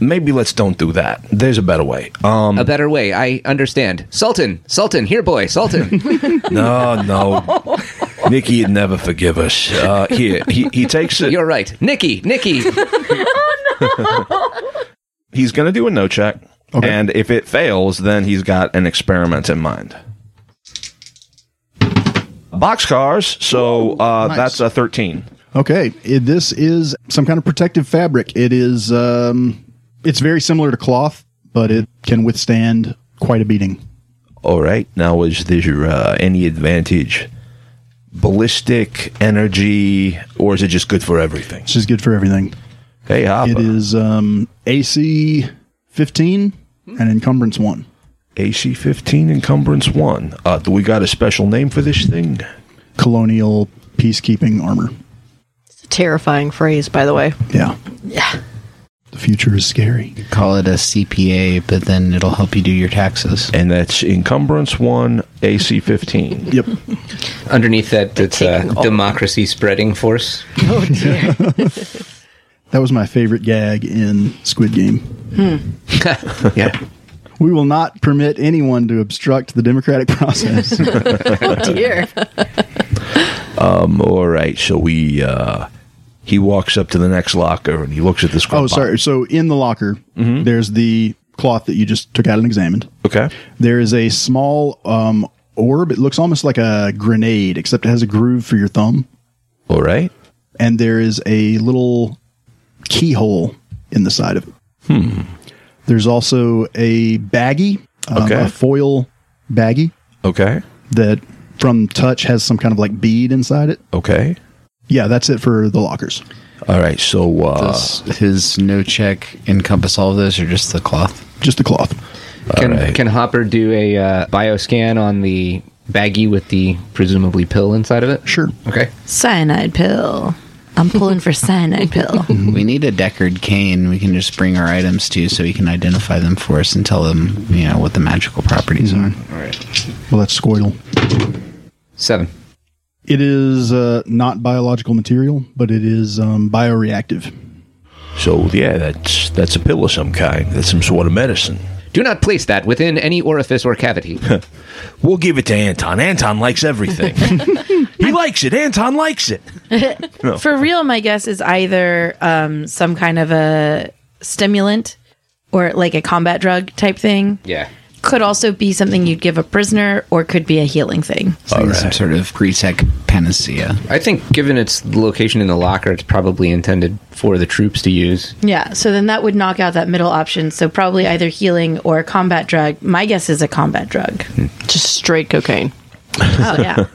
[SPEAKER 7] Maybe let's don't do that. There's a better way.
[SPEAKER 4] (laughs)
[SPEAKER 7] Um,
[SPEAKER 2] a better way, I understand. Sultan, Sultan, here, boy, Sultan. (laughs)
[SPEAKER 7] no, no. Nikki would never forgive us. Uh, here, he, he takes it.
[SPEAKER 2] You're right. Nikki, Nikki.
[SPEAKER 4] He's gonna do a no check,
[SPEAKER 1] Okay.
[SPEAKER 4] and if it fails, then he's got an experiment in mind. Boxcars. So uh,
[SPEAKER 1] nice.
[SPEAKER 4] that's a thirteen.
[SPEAKER 1] Okay, it- this is some kind of protective fabric. It is, um, it's very similar to cloth, but it can withstand quite a beating.
[SPEAKER 7] All right. Now, is there uh, any advantage? Ballistic energy, or is it just good for everything?
[SPEAKER 1] This is good for everything.
[SPEAKER 7] Hey, Hopper.
[SPEAKER 1] It is um, AC 15 and encumbrance one.
[SPEAKER 7] AC 15 encumbrance 1. Uh, do we got a special name for this thing?
[SPEAKER 1] Colonial peacekeeping armor.
[SPEAKER 5] It's a terrifying phrase, by the way.
[SPEAKER 1] Yeah. Yeah. The future is scary.
[SPEAKER 6] Call it a CPA, but then it'll help you do your taxes.
[SPEAKER 4] And that's encumbrance one, AC 15.
[SPEAKER 1] Yep.
[SPEAKER 2] (laughs) Underneath that, it's uh, democracy spreading force.
[SPEAKER 1] That was my favorite gag in Squid Game.
[SPEAKER 2] yeah.
[SPEAKER 1] We will not permit anyone to obstruct the democratic process.
[SPEAKER 5] Dear.
[SPEAKER 7] Um, all right, so we. Uh, he walks up to the next locker and he looks at this.
[SPEAKER 1] oh, sorry. So in the locker, there's the cloth that you just took out and examined.
[SPEAKER 4] Okay.
[SPEAKER 1] There is a small um, orb. It looks almost like a grenade, except it has a groove for your thumb.
[SPEAKER 7] All right.
[SPEAKER 1] And there is a little keyhole in the side of it. There's also a baggie, um,
[SPEAKER 4] Okay.
[SPEAKER 1] a foil baggie
[SPEAKER 4] Okay.
[SPEAKER 1] that from touch has some kind of like bead inside it.
[SPEAKER 7] Okay.
[SPEAKER 1] Yeah, that's it for the lockers.
[SPEAKER 7] All right, so. Uh,
[SPEAKER 6] Does his no check encompass all of those or just the cloth?
[SPEAKER 1] Just the cloth.
[SPEAKER 2] Can,
[SPEAKER 7] right.
[SPEAKER 2] can Hopper do a uh, bioscan on the baggie with the presumably pill inside of it?
[SPEAKER 1] Sure.
[SPEAKER 2] Okay.
[SPEAKER 3] Cyanide pill. I'm pulling for (laughs) cyanide pill.
[SPEAKER 4] Mm-hmm.
[SPEAKER 6] We need a Deckard cane we can just bring our items to so he can identify them for us and tell them, you know, what the magical properties
[SPEAKER 4] Mm-hmm.
[SPEAKER 6] are.
[SPEAKER 1] Well, that's scoidal.
[SPEAKER 2] Seven.
[SPEAKER 1] It is uh, not biological material, but it is um, bioreactive.
[SPEAKER 7] so, yeah, that's that's a pill of some kind. That's some sort of medicine.
[SPEAKER 2] Do not place that within any orifice or cavity.
[SPEAKER 7] We'll give it to Anton. Anton likes everything. he likes it. Anton likes it.
[SPEAKER 3] For real, my guess is either um, some kind of a stimulant or like a combat drug type thing.
[SPEAKER 2] (laughs) yeah.
[SPEAKER 3] Could also be something you'd give a prisoner or could be a healing thing.
[SPEAKER 6] It's like some sort of pre-tech panacea.
[SPEAKER 2] I think given its location in the locker, it's probably intended for the troops to use.
[SPEAKER 3] Yeah, so then that would knock out that middle option. So probably either healing or a combat drug. My guess is a combat drug.
[SPEAKER 5] Just straight cocaine.
[SPEAKER 3] oh yeah.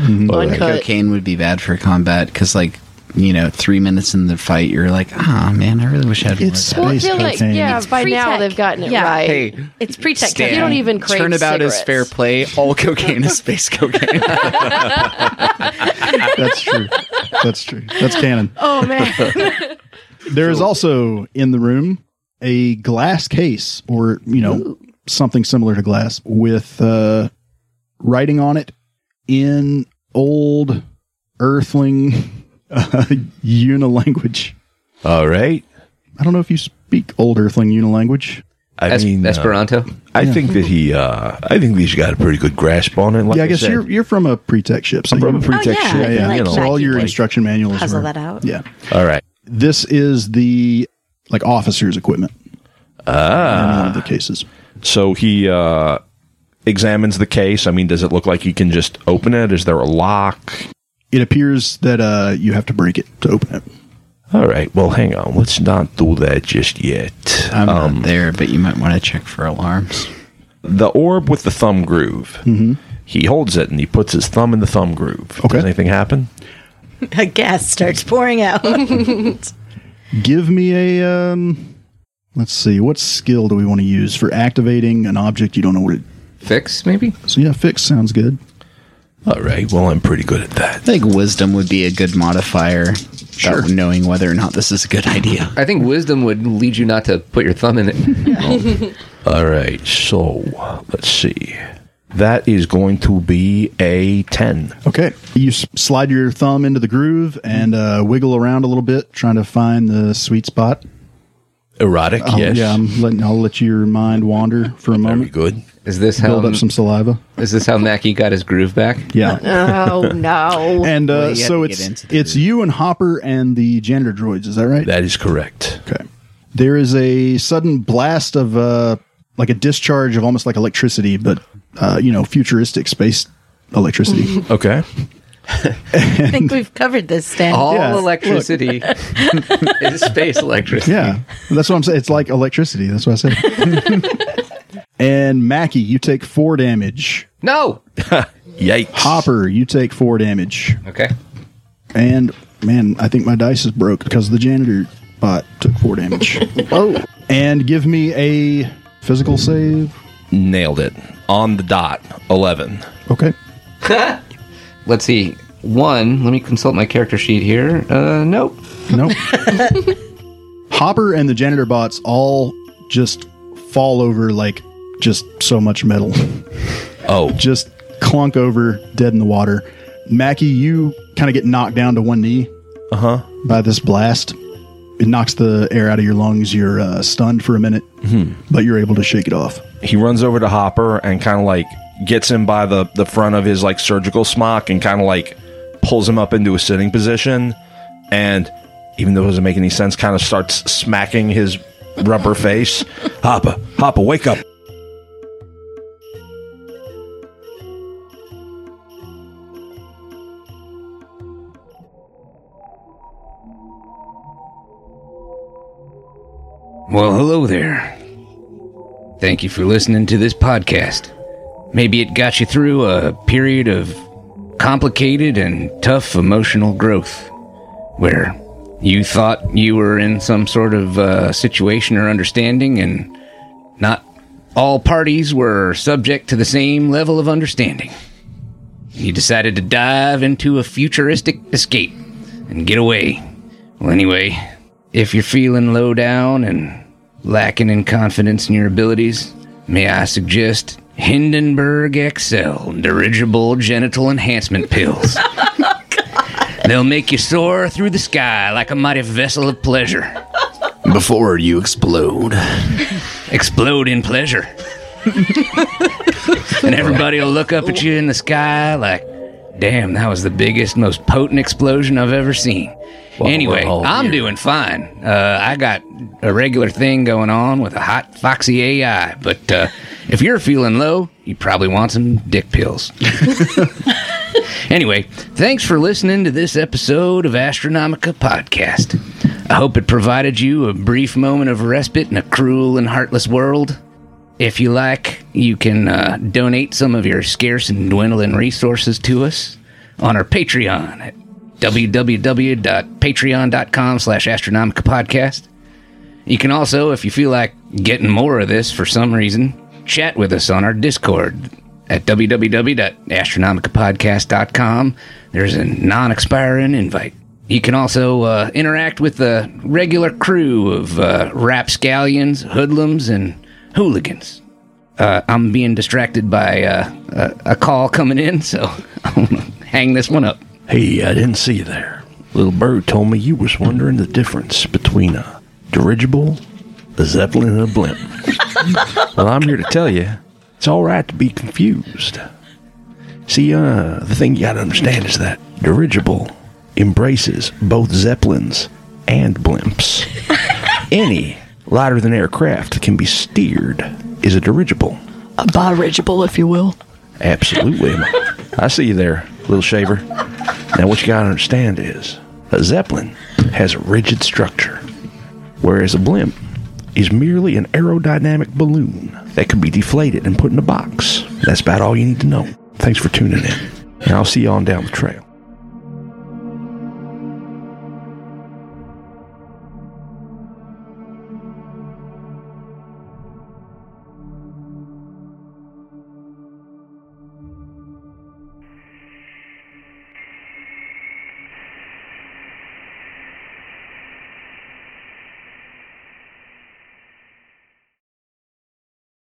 [SPEAKER 6] Like
[SPEAKER 5] Uncut.
[SPEAKER 6] cocaine would be bad for combat because, like, you know, three minutes in the fight, you're like, ah, man, I really wish I had more.
[SPEAKER 1] It's
[SPEAKER 6] of that."
[SPEAKER 8] Well, I
[SPEAKER 1] space
[SPEAKER 8] feel like
[SPEAKER 1] cocaine.
[SPEAKER 8] yeah, by
[SPEAKER 4] free
[SPEAKER 8] now
[SPEAKER 4] tech.
[SPEAKER 8] they've gotten it
[SPEAKER 4] Yeah.
[SPEAKER 8] right.
[SPEAKER 6] Hey,
[SPEAKER 4] It's pre-tech.
[SPEAKER 6] Stan,
[SPEAKER 8] You don't even crave
[SPEAKER 6] Turnabout is fair
[SPEAKER 8] cigarettes.
[SPEAKER 6] play. All cocaine is space cocaine.
[SPEAKER 1] That's true. That's true. That's canon.
[SPEAKER 3] (laughs)
[SPEAKER 4] Oh man.
[SPEAKER 1] There is also in the room a glass case or, you know, something similar to glass with uh, writing on it in old earthling (laughs) uh, unilanguage.
[SPEAKER 7] All right.
[SPEAKER 1] I don't know if you speak old earthling unilanguage.
[SPEAKER 7] I
[SPEAKER 2] Es-
[SPEAKER 7] mean, uh,
[SPEAKER 2] Esperanto.
[SPEAKER 7] I think that he, uh, I think he's got a pretty good grasp on it. Like
[SPEAKER 1] yeah, I guess
[SPEAKER 7] said,
[SPEAKER 1] you're you're from a pre-tech ship. So
[SPEAKER 7] from a
[SPEAKER 1] you-
[SPEAKER 7] pretext.
[SPEAKER 4] Oh, yeah.
[SPEAKER 7] ship,
[SPEAKER 1] yeah,
[SPEAKER 4] I
[SPEAKER 1] yeah.
[SPEAKER 4] feel
[SPEAKER 7] you
[SPEAKER 4] like
[SPEAKER 7] know.
[SPEAKER 1] so all
[SPEAKER 4] Jackie
[SPEAKER 1] your
[SPEAKER 4] could
[SPEAKER 1] instruction manuals.
[SPEAKER 4] puzzle
[SPEAKER 1] were-
[SPEAKER 4] that out.
[SPEAKER 1] Yeah.
[SPEAKER 7] All right.
[SPEAKER 1] This is the like officer's equipment. Ah. In one of the cases.
[SPEAKER 7] So he uh, examines the case. I mean, does it look like he can just open it? Is there a lock?
[SPEAKER 1] It appears that uh, you have to break it to open it.
[SPEAKER 7] All right. Well, hang on. Let's not do that just yet.
[SPEAKER 6] (laughs)
[SPEAKER 7] Um,
[SPEAKER 6] I'm not there, but you might want to check for alarms.
[SPEAKER 7] The orb with the thumb groove. Mm-hmm. He holds it and he puts his thumb in the thumb groove.
[SPEAKER 1] Okay.
[SPEAKER 7] Does anything happen?
[SPEAKER 4] A gas starts pouring out.
[SPEAKER 1] Give me a. Um, let's see. What skill do we want to use for activating an object you don't know what it?
[SPEAKER 2] Fix, maybe?
[SPEAKER 1] So yeah, fix sounds good.
[SPEAKER 7] All right. Well, I'm pretty good at
[SPEAKER 6] I
[SPEAKER 7] that.
[SPEAKER 6] think wisdom would be a good modifier. Sure. knowing whether or not this is a good idea.
[SPEAKER 2] I think wisdom would lead you not to put your thumb in it.
[SPEAKER 7] All right. So let's see. That is going to be a 10.
[SPEAKER 1] Okay. You s- slide your thumb into the groove and uh, wiggle around a little bit, trying to find the sweet spot.
[SPEAKER 7] Erotic,
[SPEAKER 1] I'll-
[SPEAKER 7] yes.
[SPEAKER 1] Oh, Yeah, I'm letting. I'll let your mind wander for a
[SPEAKER 7] Very
[SPEAKER 1] moment.
[SPEAKER 7] good.
[SPEAKER 2] Is this how
[SPEAKER 1] Build up some saliva.
[SPEAKER 2] is this how Mackie got his groove back?
[SPEAKER 1] Yeah.
[SPEAKER 8] Oh
[SPEAKER 1] (laughs)
[SPEAKER 8] no.
[SPEAKER 1] And uh,
[SPEAKER 6] Well, you have
[SPEAKER 1] so
[SPEAKER 6] to get
[SPEAKER 1] it's
[SPEAKER 6] into the
[SPEAKER 1] it's
[SPEAKER 6] groove.
[SPEAKER 1] you and Hopper and the janitor droids. Is that right?
[SPEAKER 7] That is correct.
[SPEAKER 1] Okay. There is a sudden blast of uh, like a discharge of almost like electricity, but uh, you know, futuristic space
[SPEAKER 6] (laughs)
[SPEAKER 1] electricity.
[SPEAKER 7] Okay.
[SPEAKER 4] I think we've covered this, Stan.
[SPEAKER 2] All
[SPEAKER 1] Yeah, look. (laughs)
[SPEAKER 2] electricity is space electricity.
[SPEAKER 1] yeah, that's what I'm saying. It's like electricity. That's what I said. (laughs) and Mackie, you take four damage.
[SPEAKER 2] No.
[SPEAKER 7] Yikes.
[SPEAKER 1] Hopper, you take four damage.
[SPEAKER 2] Okay.
[SPEAKER 1] And man, I think my dice is broke because the janitor bot took four
[SPEAKER 6] (laughs)
[SPEAKER 1] damage. oh, and give me a physical save.
[SPEAKER 7] Nailed it. On the dot. 11.
[SPEAKER 1] Okay.
[SPEAKER 2] Let's see. One. Let me consult my character sheet here. Uh, nope.
[SPEAKER 1] Nope. Hopper and the janitor bots all just fall over like just so much metal.
[SPEAKER 7] Oh.
[SPEAKER 1] Just clunk over, dead in the water. Mackie, you kind of get knocked down to one knee. Uh huh. By this blast, it knocks the air out of your lungs. You're uh, stunned for a minute, but you're able to shake it off.
[SPEAKER 7] he runs over to Hopper and kind of like gets him by the the front of his like surgical smock and kind of like pulls him up into a sitting position and even though it doesn't make any sense kind of starts smacking his rubber face Hopper Hopper wake up
[SPEAKER 2] Well, hello there. Thank you for listening to this podcast. Maybe it got you through a period of complicated and tough emotional growth where you thought you were in some sort of uh, situation or understanding, and not all parties were subject to the same level of understanding. You decided to dive into a futuristic escape and get away. Well, anyway, if you're feeling low down and lacking in confidence in your abilities, may I suggest Hindenburg XL dirigible genital enhancement pills? They'll make you soar through the sky like a mighty vessel of pleasure.
[SPEAKER 6] Before you explode.
[SPEAKER 2] Explode in pleasure.
[SPEAKER 9] (laughs)
[SPEAKER 2] and everybody will look up at you in the sky like, damn, that was the biggest, most potent explosion I've ever seen. anyway,
[SPEAKER 9] we're all
[SPEAKER 2] I'm doing fine. Uh, I got a regular thing going on with a hot, foxy AI, but uh, if you're feeling low, you probably want some dick pills. Anyway, thanks for listening to this episode of Astronomica Podcast. I hope it provided you a brief moment of respite in a cruel and heartless world. If you like, you can uh, donate some of your scarce and dwindling resources to us on our Patreon at www.patreon.com slash astronomicapodcast. You can also, if you feel like getting more of this for some reason, chat with us on our Discord at www.astronomicapodcast.com. There's a non expiring invite. You can also uh, interact with the regular crew of uh, rapscallions, hoodlums, and hooligans. Uh, I'm being distracted by uh, a, a call coming in, so (laughs) I'm going to hang this one up.
[SPEAKER 7] Hey, I didn't see you there. Little bird told me you was wondering the difference between a dirigible, a zeppelin, and a blimp.
[SPEAKER 4] Well, I'm here to tell you.
[SPEAKER 7] It's all right to be confused. See, uh, the thing you gotta understand is that dirigible embraces both zeppelins and blimps. Any lighter than aircraft that can be steered is a dirigible.
[SPEAKER 5] A birigible, if you will.
[SPEAKER 7] Absolutely. I see you there, little shaver. Now, what you gotta understand is a Zeppelin has a rigid structure, whereas a blimp is merely an aerodynamic balloon that can be deflated and put in a box. That's about all you need to know. Thanks for tuning in, and I'll see you on down the trail.